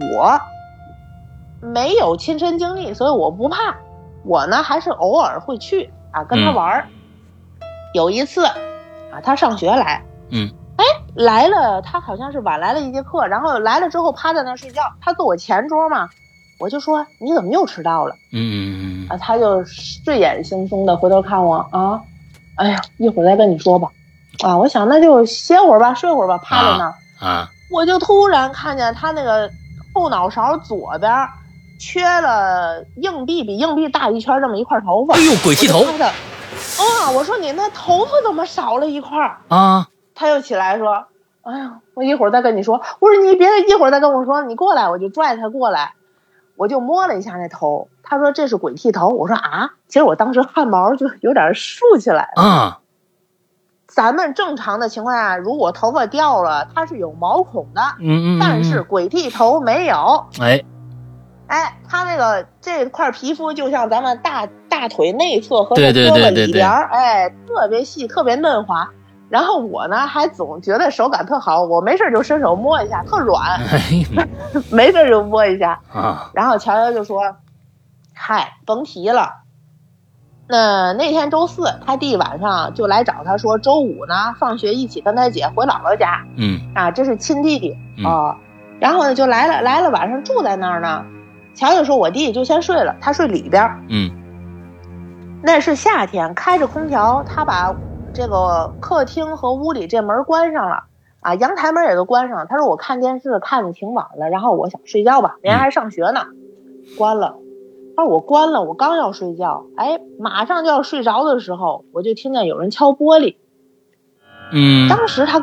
C: 没有亲身经历，所以我不怕。我呢还是偶尔会去啊跟他
B: 嗯
C: 玩儿。有一次啊，他上学来，哎
B: 嗯，
C: 来了，他好像是晚来了一节课，然后来了之后趴在那儿睡觉，他坐我前桌嘛，我就说你怎么又迟到了？
B: 嗯嗯
C: 啊，他就睡眼惺忪的回头看我啊，哎呀，一会儿再跟你说吧。啊，我想那就歇会儿吧，睡会儿吧，趴在那儿，
B: 嗯啊，
C: 我就突然看见他那个后脑勺左边儿缺了硬币比硬币大一圈儿这么一块头发，
B: 哎呦，鬼剃头
C: 我就看他啊、我说你那头发怎么少了一块儿？
B: 啊！
C: 他又起来说：“哎呀，我一会儿再跟你说。”我说：“你别一会儿再跟我说，你过来。”我就拽他过来，我就摸了一下那头。他说：“这是鬼剃头。”我说：“啊！”其实我当时汗毛就有点竖起来了。
B: 啊，
C: 咱们正常的情况下，如果头发掉了，它是有毛孔的，
B: 嗯嗯，
C: 但是鬼剃头没有。
B: 哎，
C: 哎，他那个这块皮肤就像咱们大大腿内侧和
B: 对
C: 这
B: 对
C: 胳
B: 对
C: 膊
B: 对
C: 里
B: 对
C: 边儿，哎，特别细，特别嫩滑。然后我呢，还总觉得手感特好，我没事儿就伸手摸一下，特软，
B: 哎
C: 没事儿就摸一下。
B: 啊，
C: 然后乔乔就说：“嗨，甭提了。”那那天周四，他弟晚上就来找他说，周五呢放学一起跟他姐回姥姥家。
B: 嗯
C: 啊，这是亲弟弟
B: 嗯
C: 啊、然后呢就来了，来了晚上住在那儿呢。乔乔说：“我弟弟就先睡了，他睡里边儿。
B: 嗯
C: 那是夏天，开着空调，他把这个客厅和屋里这门关上了，啊，阳台门也都关上了。他说我看电视看的挺晚了，然后我想睡觉吧，明天还上学呢，关了。他说我关了，我刚要睡觉，哎，马上就要睡着的时候，我就听见有人敲玻璃。
B: 嗯
C: 当时他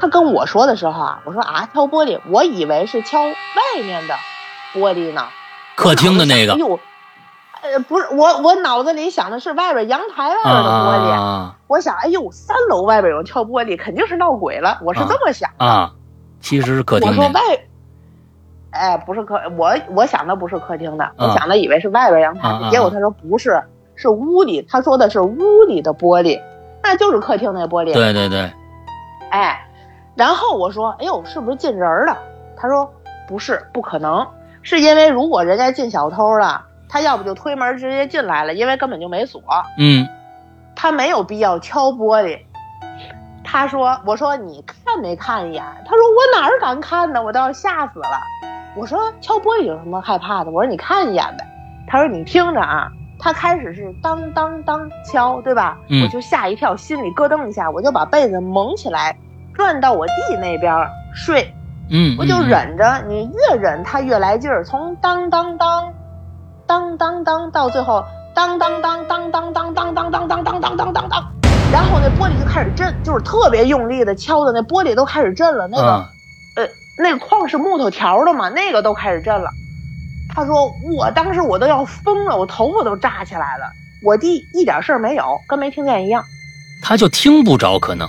C: 他跟我说的时候啊，我说啊敲玻璃，我以为是敲外面的玻璃呢，
B: 客厅的那个
C: 哎呦，呃，不是我我脑子里想的是外边阳台外边的玻璃，
B: 啊
C: 我想哎呦三楼外边有人敲玻璃，肯定是闹鬼了，我是这么想。
B: 啊，其实是客
C: 我
B: 厅
C: 说
B: 那
C: 外
B: 个，，
C: 哎不是客，我我想的不是客厅的，
B: 啊
C: 我想的以为是外边阳台，
B: 啊啊啊
C: 结果他说不是。是屋里，他说的是屋里的玻璃，那就是客厅那玻璃。
B: 对对对，
C: 哎，然后我说，哎呦，是不是进人儿了？他说不是，不可能，是因为如果人家进小偷了，他要不就推门直接进来了，因为根本就没锁，
B: 嗯
C: 他没有必要敲玻璃。他说，我说你看没看一眼？他说我哪儿敢看呢，我倒是吓死了。我说敲玻璃有什么害怕的？我说你看一眼呗。他说你听着啊，他开始是当当当敲，对吧？
B: 嗯
C: 我就吓一跳，心里咯噔一下，我就把被子蒙起来，转到我弟那边儿睡。
B: 嗯，
C: 我就
B: 嗯，
C: 忍着，你越忍他越来劲儿，从当当当，当当当到最后当当当当当当当当当当当当当当当，然后那玻璃就开始震，就是特别用力的敲的那玻璃都开始震了，那
B: 嗯
C: 个
B: 啊，
C: 呃，那个框是木头条的嘛，那个都开始震了。他说，我当时我都要疯了，我头发都炸起来了。我弟一点事儿没有，跟没听见一样。
B: 他就听不着，可能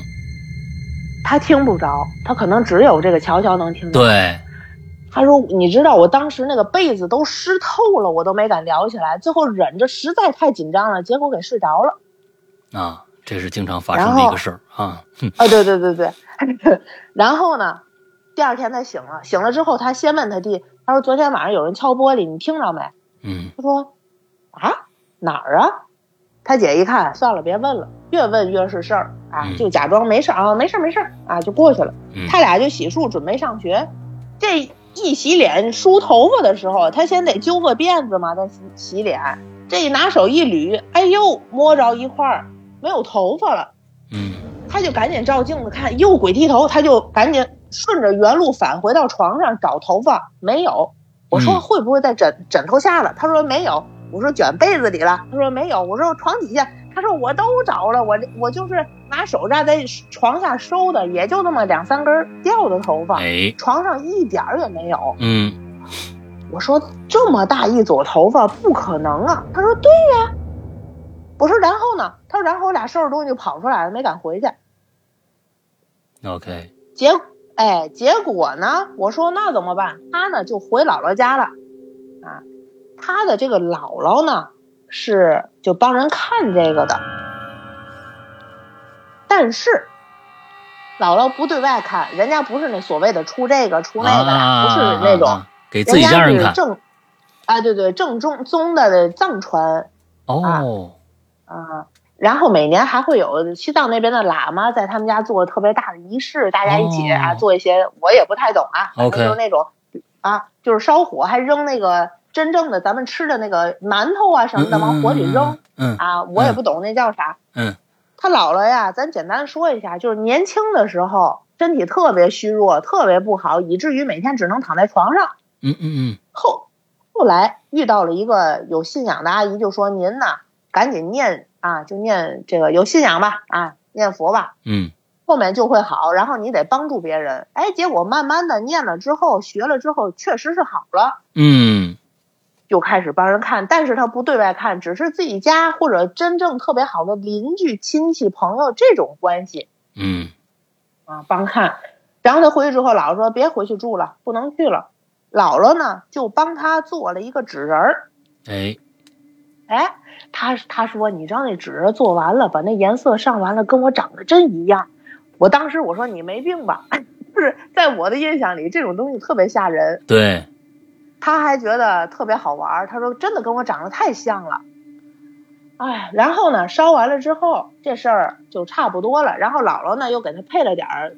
C: 他听不着，他可能只有这个乔乔能听见。
B: 对，
C: 他说：“你知道我当时那个被子都湿透了，我都没敢撩起来，最后忍着实在太紧张了，结果给睡着了。
B: 啊，这是经常发生的一个事儿啊，哼”
C: 啊，对对对对， 然后呢，第二天他醒了，醒了之后他先问他弟，他说：“昨天晚上有人敲玻璃，你听着没
B: 嗯？”
C: 他说：“啊，哪儿啊？”他姐一看，算了，别问了，越问越是事儿啊
B: 嗯，
C: 就假装没事儿啊，没事儿没事儿啊，就过去了。
B: 嗯，
C: 他俩就洗漱准备上学，这一洗脸梳头发的时候，他先得揪个辫子嘛，再洗洗脸。这一拿手一捋，哎呦，摸着一块儿没有头发了，
B: 嗯
C: 他就赶紧照镜子看，又鬼剃头，他就赶紧顺着原路返回到床上找头发，没有。我说
B: 嗯
C: 会不会在枕枕头下了？他说没有。我说卷被子里了，他说没有。我说床底下，他说我都找了，我这我就是拿手扎在床下收的，也就那么两三根儿掉的头发，
B: 哎，
C: 床上一点儿也没有。
B: 嗯
C: 我说这么大一撮头发不可能啊！他说对呀、我说然后呢？他说然后我俩收拾东西就跑出来了，没敢回去。
B: ，OK，
C: 结哎，结果呢？我说那怎么办？他呢就回姥姥家了，啊，他的这个姥姥呢是就帮人看这个的，但是姥姥不对外看，人家不是那所谓的出这个出那个的，
B: 啊
C: 不是那种，
B: 啊啊给自己家人
C: 人家
B: 看
C: 是，正，啊对对，正宗宗的藏传
B: 哦，
C: 啊。然后每年还会有西藏那边的喇嘛在他们家做特别大的仪式，大家一起啊、
B: 哦
C: 做一些，我也不太懂啊，反
B: OK
C: 正就是那种啊，就是烧火还扔那个真正的咱们吃的那个馒头啊什么的往火里扔、
B: 嗯，嗯，
C: 啊，我也不懂那叫啥。
B: 嗯，
C: 他姥姥呀，咱简单说一下，就是年轻的时候身体特别虚弱，特别不好，以至于每天只能躺在床上。
B: 嗯嗯嗯
C: 后后来遇到了一个有信仰的阿姨，就说：“您呐，赶紧念啊，就念这个有信仰吧，啊，念佛吧，
B: 嗯
C: 后面就会好。然后你得帮助别人。”哎，结果慢慢的念了之后，学了之后，确实是好了。
B: 嗯
C: 就开始帮人看，但是他不对外看，只是自己家或者真正特别好的邻居、亲戚、朋友这种关系
B: 嗯
C: 啊，帮看。然后他回去之后，姥姥说别回去住了，不能去了。姥姥呢，就帮他做了一个纸人儿，
B: 嗯，哎，
C: 哎，他他说你让那纸做完了，把那颜色上完了，跟我长得真一样。我当时我说你没病吧？ 就是在我的印象里，这种东西特别吓人。
B: 对，
C: 他还觉得特别好玩儿，他说真的跟我长得太像了。哎，然后呢，烧完了之后，这事儿就差不多了。然后姥姥呢又给他配了点儿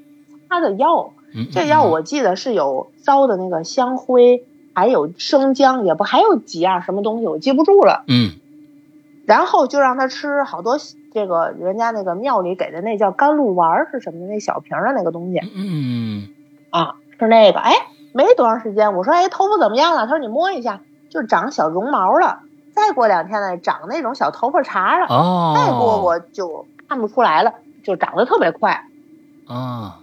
C: 擦的药，
B: 嗯，
C: 这
B: 嗯
C: 药，我记得是有烧的那个香灰，还有生姜，也不还有几样什么东西，我记不住了。
B: 嗯
C: 然后就让他吃好多这个人家那个庙里给的那叫甘露丸儿是什么的那小瓶儿的那个东西
B: 嗯嗯
C: 啊，吃那个。哎，没多长时间，我说哎头发怎么样了？他说你摸一下，就长小绒毛了。再过两天呢，长那种小头发茬
B: 嗯，
C: 了。
B: 哦，
C: 再过我就看不出来了，就长得特别快。
B: 啊，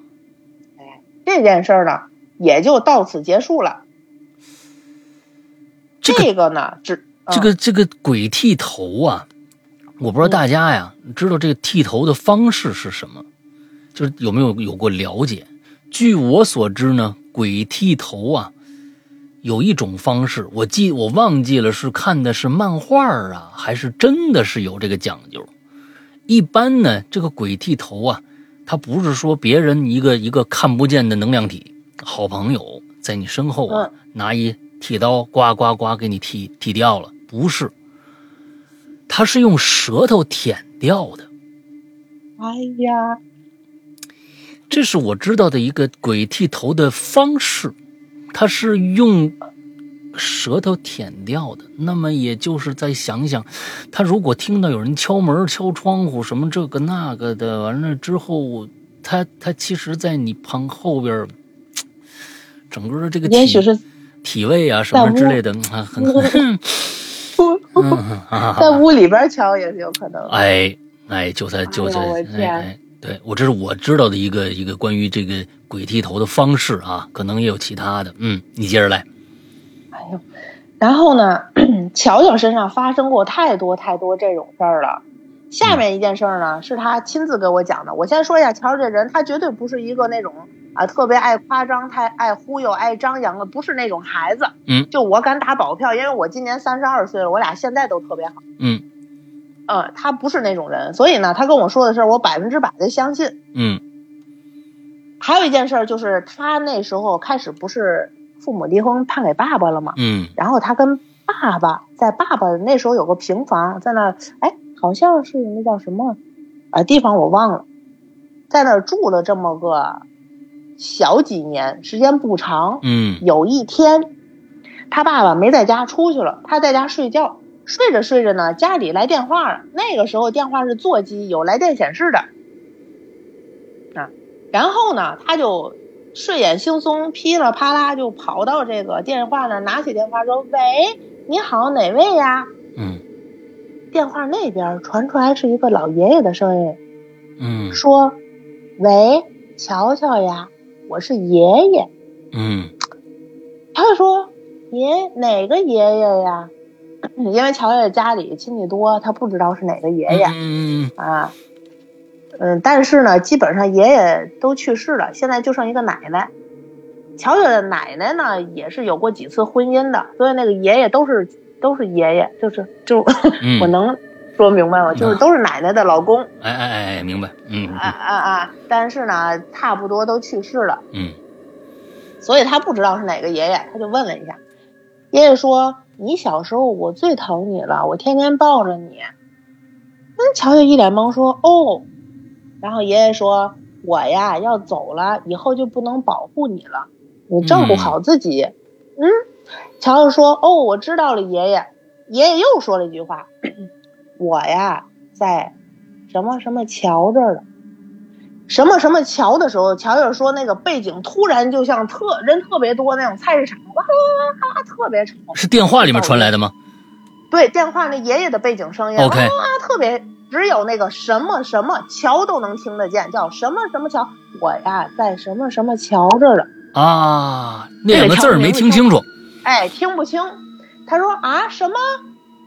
C: 这件事儿呢，也就到此结束了。
B: 这个
C: 个呢，只
B: 这个这个鬼剃头啊，我不知道大家呀，知道这个剃头的方式是什么，就是有没有有过了解？据我所知呢，鬼剃头啊，有一种方式，我记我忘记了是看的是漫画啊，还是真的是有这个讲究。一般呢，这个鬼剃头啊，它不是说别人一个一个看不见的能量体，好朋友在你身后啊，拿一剃刀呱呱呱给你剃剃掉了，不是，它是用舌头舔掉的。
C: 哎呀，
B: 这是我知道的一个鬼剃头的方式，它是用舌头舔掉的。那么也就是再想想，他如果听到有人敲门、敲窗户什么这个那个的，完了之后，他他其实，在你旁后边儿，整个的这个体
C: 也许是
B: 体位啊什么之类的，嗯啊很 很嗯啊
C: 在屋里边敲也是有可能的。啊
B: 哎哎，就在就在，
C: 哎呦我
B: 哎
C: 的天
B: 哎，对我这是我知道的一个一个关于这个鬼剃头的方式啊，可能也有其他的。嗯，你接着来。
C: 哎呦，然后呢， 巧巧身上发生过太多太多这种事儿了。
B: 嗯
C: 下面一件事儿呢，是他亲自给我讲的。我先说一下，巧巧这人，他绝对不是一个那种啊特别爱夸张、太爱忽悠、爱张扬的，不是那种孩子。
B: 嗯
C: 就我敢打保票，因为我今年三十二岁了，我俩现在都特别好。
B: 嗯
C: 嗯，他不是那种人，所以呢，他跟我说的事儿，我百分之百的相信。
B: 嗯
C: 还有一件事儿就是，他那时候开始不是父母离婚判给爸爸了吗？
B: 嗯
C: 然后他跟爸爸在爸爸那时候有个平房，在那儿哎，好像是那叫什么啊地方我忘了，在那儿住了这么个小几年，时间不长。
B: 嗯
C: 有一天，他爸爸没在家，出去了，他在家睡觉，睡着睡着呢，家里来电话了。那个时候电话是座机，有来电显示的，啊，然后呢，他就睡眼惺忪，噼里啪啦就跑到这个电话那儿，拿起电话说：“喂，你好，哪位呀
B: 嗯？”
C: 电话那边传出来是一个老爷爷的声音，
B: 嗯
C: 说：“喂，乔乔呀，我是爷爷。”
B: 嗯
C: 他就说：“爷哪个爷爷呀？” 因为乔爷家里亲戚多，他不知道是哪个爷爷、
B: 嗯
C: 啊。嗯，但是呢，基本上爷爷都去世了，现在就剩一个奶奶。乔爷的奶奶呢，也是有过几次婚姻的，所以那个爷爷都是都是爷爷，就是就
B: 嗯，
C: 我能说明白吗？就是都是奶奶的老公
B: 哎哎哎哎，明白。嗯
C: 啊啊啊！但是呢，差不多都去世了。
B: 嗯
C: 所以他不知道是哪个爷爷，他就问了一下。爷爷说：“你小时候我最疼你了，我天天抱着你。”那乔乔一脸懵说：“哦。”然后爷爷说：“我呀要走了，以后就不能保护你了，你照顾好自己。嗯”乔乔说：“哦，我知道了，爷爷。”爷爷又说了一句话：“我呀在什么什么桥这儿了。”什么什么桥的时候，乔乔说那个背景突然就像特人特别多那种菜市场，哇哇哇哇，特别吵。
B: 嗯，是电话里面传来的吗
C: 对，电话那爷爷的背景声音哇
B: OK
C: 哇哇，特别只有那个什么什么桥都能听得见，叫什么什么桥。我呀，在什么什么桥这儿了，
B: 啊？那两个字儿没听清楚。
C: 哎，听不清。他说啊什么？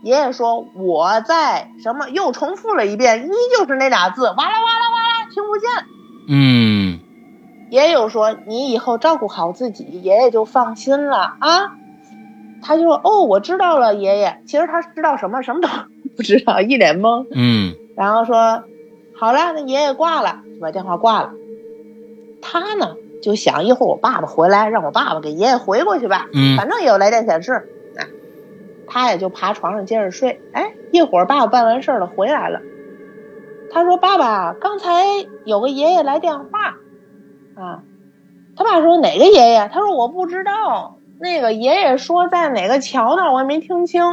C: 爷爷说我在什么？又重复了一遍，依旧是那俩字，哇啦哇啦哇啦，听不见。
B: 嗯
C: 也有说你以后照顾好自己，爷爷就放心了啊。他就说哦，我知道了，爷爷。其实他知道什么，什么都 不知道，一脸懵。
B: 嗯
C: 然后说好了，那爷爷挂了，就把电话挂了。他呢就想一会儿我爸爸回来，让我爸爸给爷爷回过去吧，
B: 嗯
C: 反正也有来电显示。哎，他也就爬床上接着睡。哎，一会儿爸爸办完事儿了回来了，他说：“爸爸，刚才有个爷爷来电话，啊。”他爸说：“哪个爷爷？”他说：“我不知道。”那个爷爷说在哪个桥那儿，我也没听清。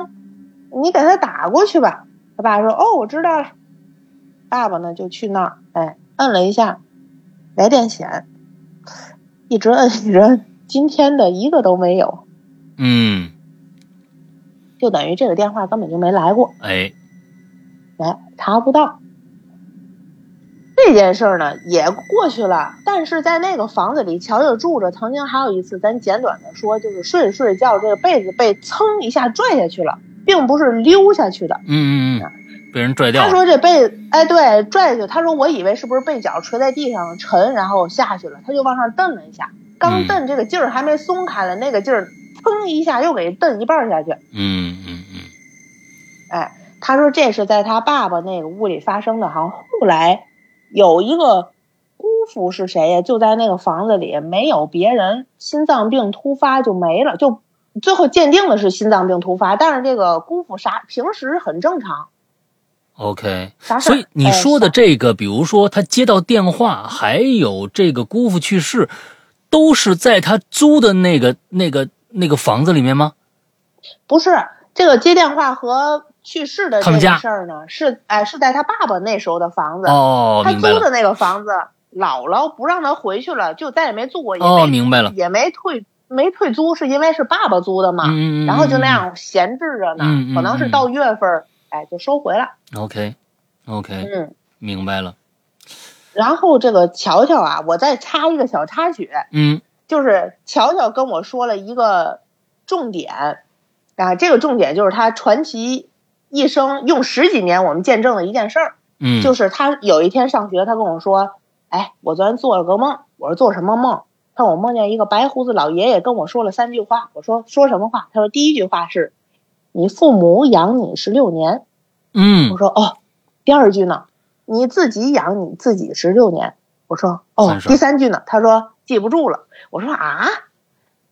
C: 你给他打过去吧。他爸说：“哦，我知道了。”爸爸呢就去那儿，哎，摁了一下来电显，一直摁一直摁，今天的一个都没有，
B: 嗯，
C: 就等于这个电话根本就没来过，
B: 哎
C: 哎，查不到。这件事儿呢也过去了，但是在那个房子里，乔乔住着，曾经还有一次，咱简短的说，就是睡着睡着觉，这个被子被噌一下拽下去了，并不是溜下去的。
B: 嗯嗯嗯，被人拽掉
C: 他
B: 了。
C: 说这被哎对拽下去，他说我以为是不是被脚垂在地上沉，然后下去了，他就往上蹬了一下，刚蹬这个劲儿还没松开了，那个劲儿砰一下又给蹬一半儿下去。
B: 嗯嗯嗯
C: 哎，他说这是在他爸爸那个屋里发生的，好像后来有一个姑父是谁呀？就在那个房子里，没有别人，心脏病突发就没了，就最后鉴定的是心脏病突发，但是这个姑父啥平时很正常，
B: ，OK。
C: 啥事儿
B: 所以你
C: 哎
B: 说的
C: 啥
B: 这个，比如说他接到电话，还有这个姑父去世，都是在他租的那个那个那个房子里面吗？
C: 不是这个接电话和去世的
B: 他
C: 这
B: 们
C: 个
B: 家
C: 事儿呢，是哎是在他爸爸那时候的房子，
B: 哦，
C: 他
B: 明白
C: 租
B: 了。
C: 的那个房子，姥姥不让他回去了，就再也没住过，也
B: 哦，
C: 没
B: 明白了。
C: 也没退没退租，是因为是爸爸租的嘛，
B: 嗯，嗯
C: 然后就那。样闲置着呢，
B: 嗯嗯
C: 可能是到月份儿，哎，就收回了。
B: OK OK，
C: 嗯，
B: 明白了。
C: 然后这个乔乔啊，我再插一个小插曲，
B: 嗯
C: 就是乔乔跟我说了一个重点，啊，这个重点就是他传奇一生用十几年我们见证的一件事儿，
B: 嗯，
C: 就是他有一天上学，他跟我说，哎，我昨天做了个梦，我说做什么梦？他说我梦见一个白胡子老爷爷跟我说了三句话，我说说什么话？他说第一句话是，你父母养你十六年。
B: 嗯
C: 我，说哦，第二句呢？你自己养你自己十六年。我说哦
B: 算，是
C: 第三句呢？他说记不住了。我说啊，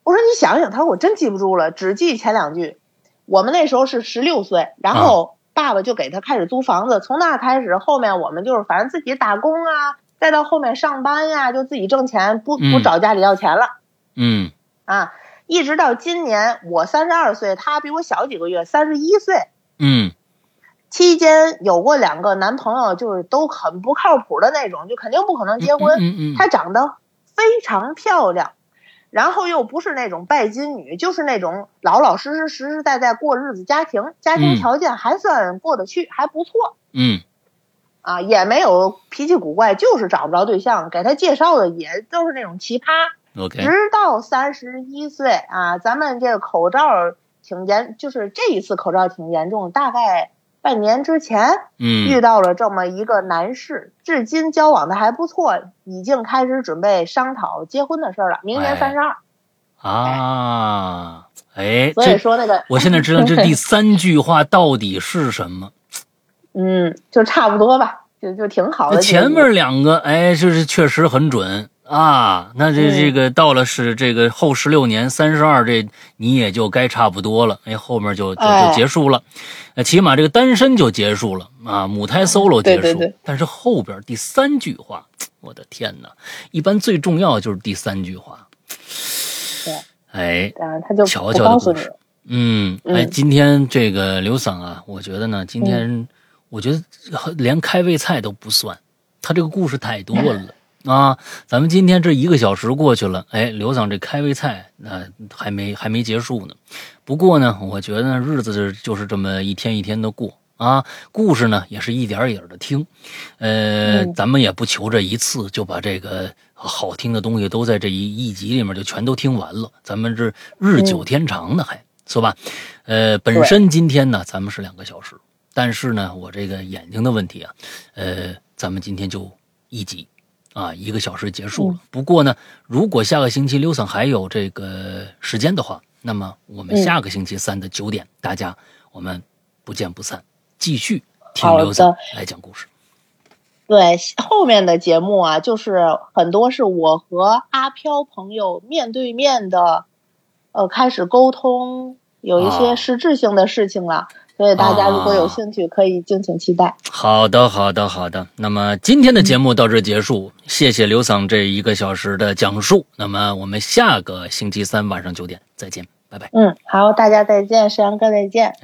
C: 我说你想想，他说我真记不住了，只记前两句。我们那时候是十六岁，然
B: 啊
C: 后爸爸就给他开始租房子，从那开始，后面我们就是反正自己打工啊，再到后面上班呀、就自己挣钱，不不
B: 嗯
C: 找家里要钱了。
B: 嗯
C: 啊，一直到今年我三十二岁，他比我小几个月，三十一岁，
B: 嗯
C: 期间有过两个男朋友，就是都很不靠谱的那种，就肯定不可能结婚。
B: 嗯嗯
C: 她长得非常漂亮，然后又不是那种拜金女，就是那种老老实实、实实在在过日子，家庭家
B: 嗯
C: 庭条件还算过得去，还不错
B: 嗯
C: 啊，也没有脾气古怪，就是找不着对象。给她介绍的也都是那种奇葩，
B: 嗯，OK，
C: 直到三十一岁啊，咱们这个口罩挺严，就是这一次口罩挺严重，大概半年之前遇
B: 嗯
C: 到了这么一个男士，至今交往的还不错，已经开始准备商讨结婚的事儿了，明年
B: 哎
C: 三十二。
B: 啊，哎，
C: 所以
B: 这
C: 说那个，
B: 我现在知道这第三句话到底是什么。
C: 嗯，就差不多吧，就就挺好
B: 那
C: 的。
B: 前
C: 这个
B: 面两个，哎，这是确实很准啊。那这
C: 嗯
B: 这个到了是这个后十六年三十二，这你也就该差不多了。哎，后面就就
C: 哎
B: 就结束了，呃起码这个单身就结束了啊，母胎 solo 结
C: 对
B: 束。
C: 对对
B: 但是后边第三句话，我的天哪！一般最重要的就是第三句话。
C: 对
B: 哎，
C: 啊，他就
B: 瞧
C: 不
B: 瞧
C: 告
B: 的
C: 诉
B: 故
C: 你
B: 事。嗯，哎，
C: 嗯
B: 今天这个刘桑啊，我觉得呢，今天、我觉得连开胃菜都不算，他这个故事太多了、啊。咱们今天这一个小时过去了，哎，刘桑这开胃菜那、还没还没结束呢。不过呢，我觉得呢日子就是这么一天一天的过啊，故事呢也是一点儿一点的听，呃，
C: 嗯
B: 咱们也不求这一次就把这个好听的东西都在这一一集里面就全都听完了，咱们这日久天长呢还，是吧？呃，本
C: 嗯对
B: 身今天呢咱们是两个小时，但是呢我这个眼睛的问题啊，呃，咱们今天就一集。啊，一个小时结束了。
C: 嗯
B: 不过呢，如果下个星期刘桑还有这个时间的话，那么我们
C: 嗯
B: 下个星期三的九点，大家我们不见不散，继续听
C: 好的
B: 刘桑来讲故事。
C: 对后面的节目啊，就是很多是我和阿飘朋友面对面的，呃，开始沟通，有一
B: 啊
C: 些实质性的事情了。所以大家如果有兴趣，可以敬请期待。
B: 好的，好的，好的。那么今天的节目到这结束，谢谢刘桑这一个小时的讲述。那么我们下个星期三晚上九点再见，拜拜。
C: 嗯，好，大家再见，沈阳哥再见。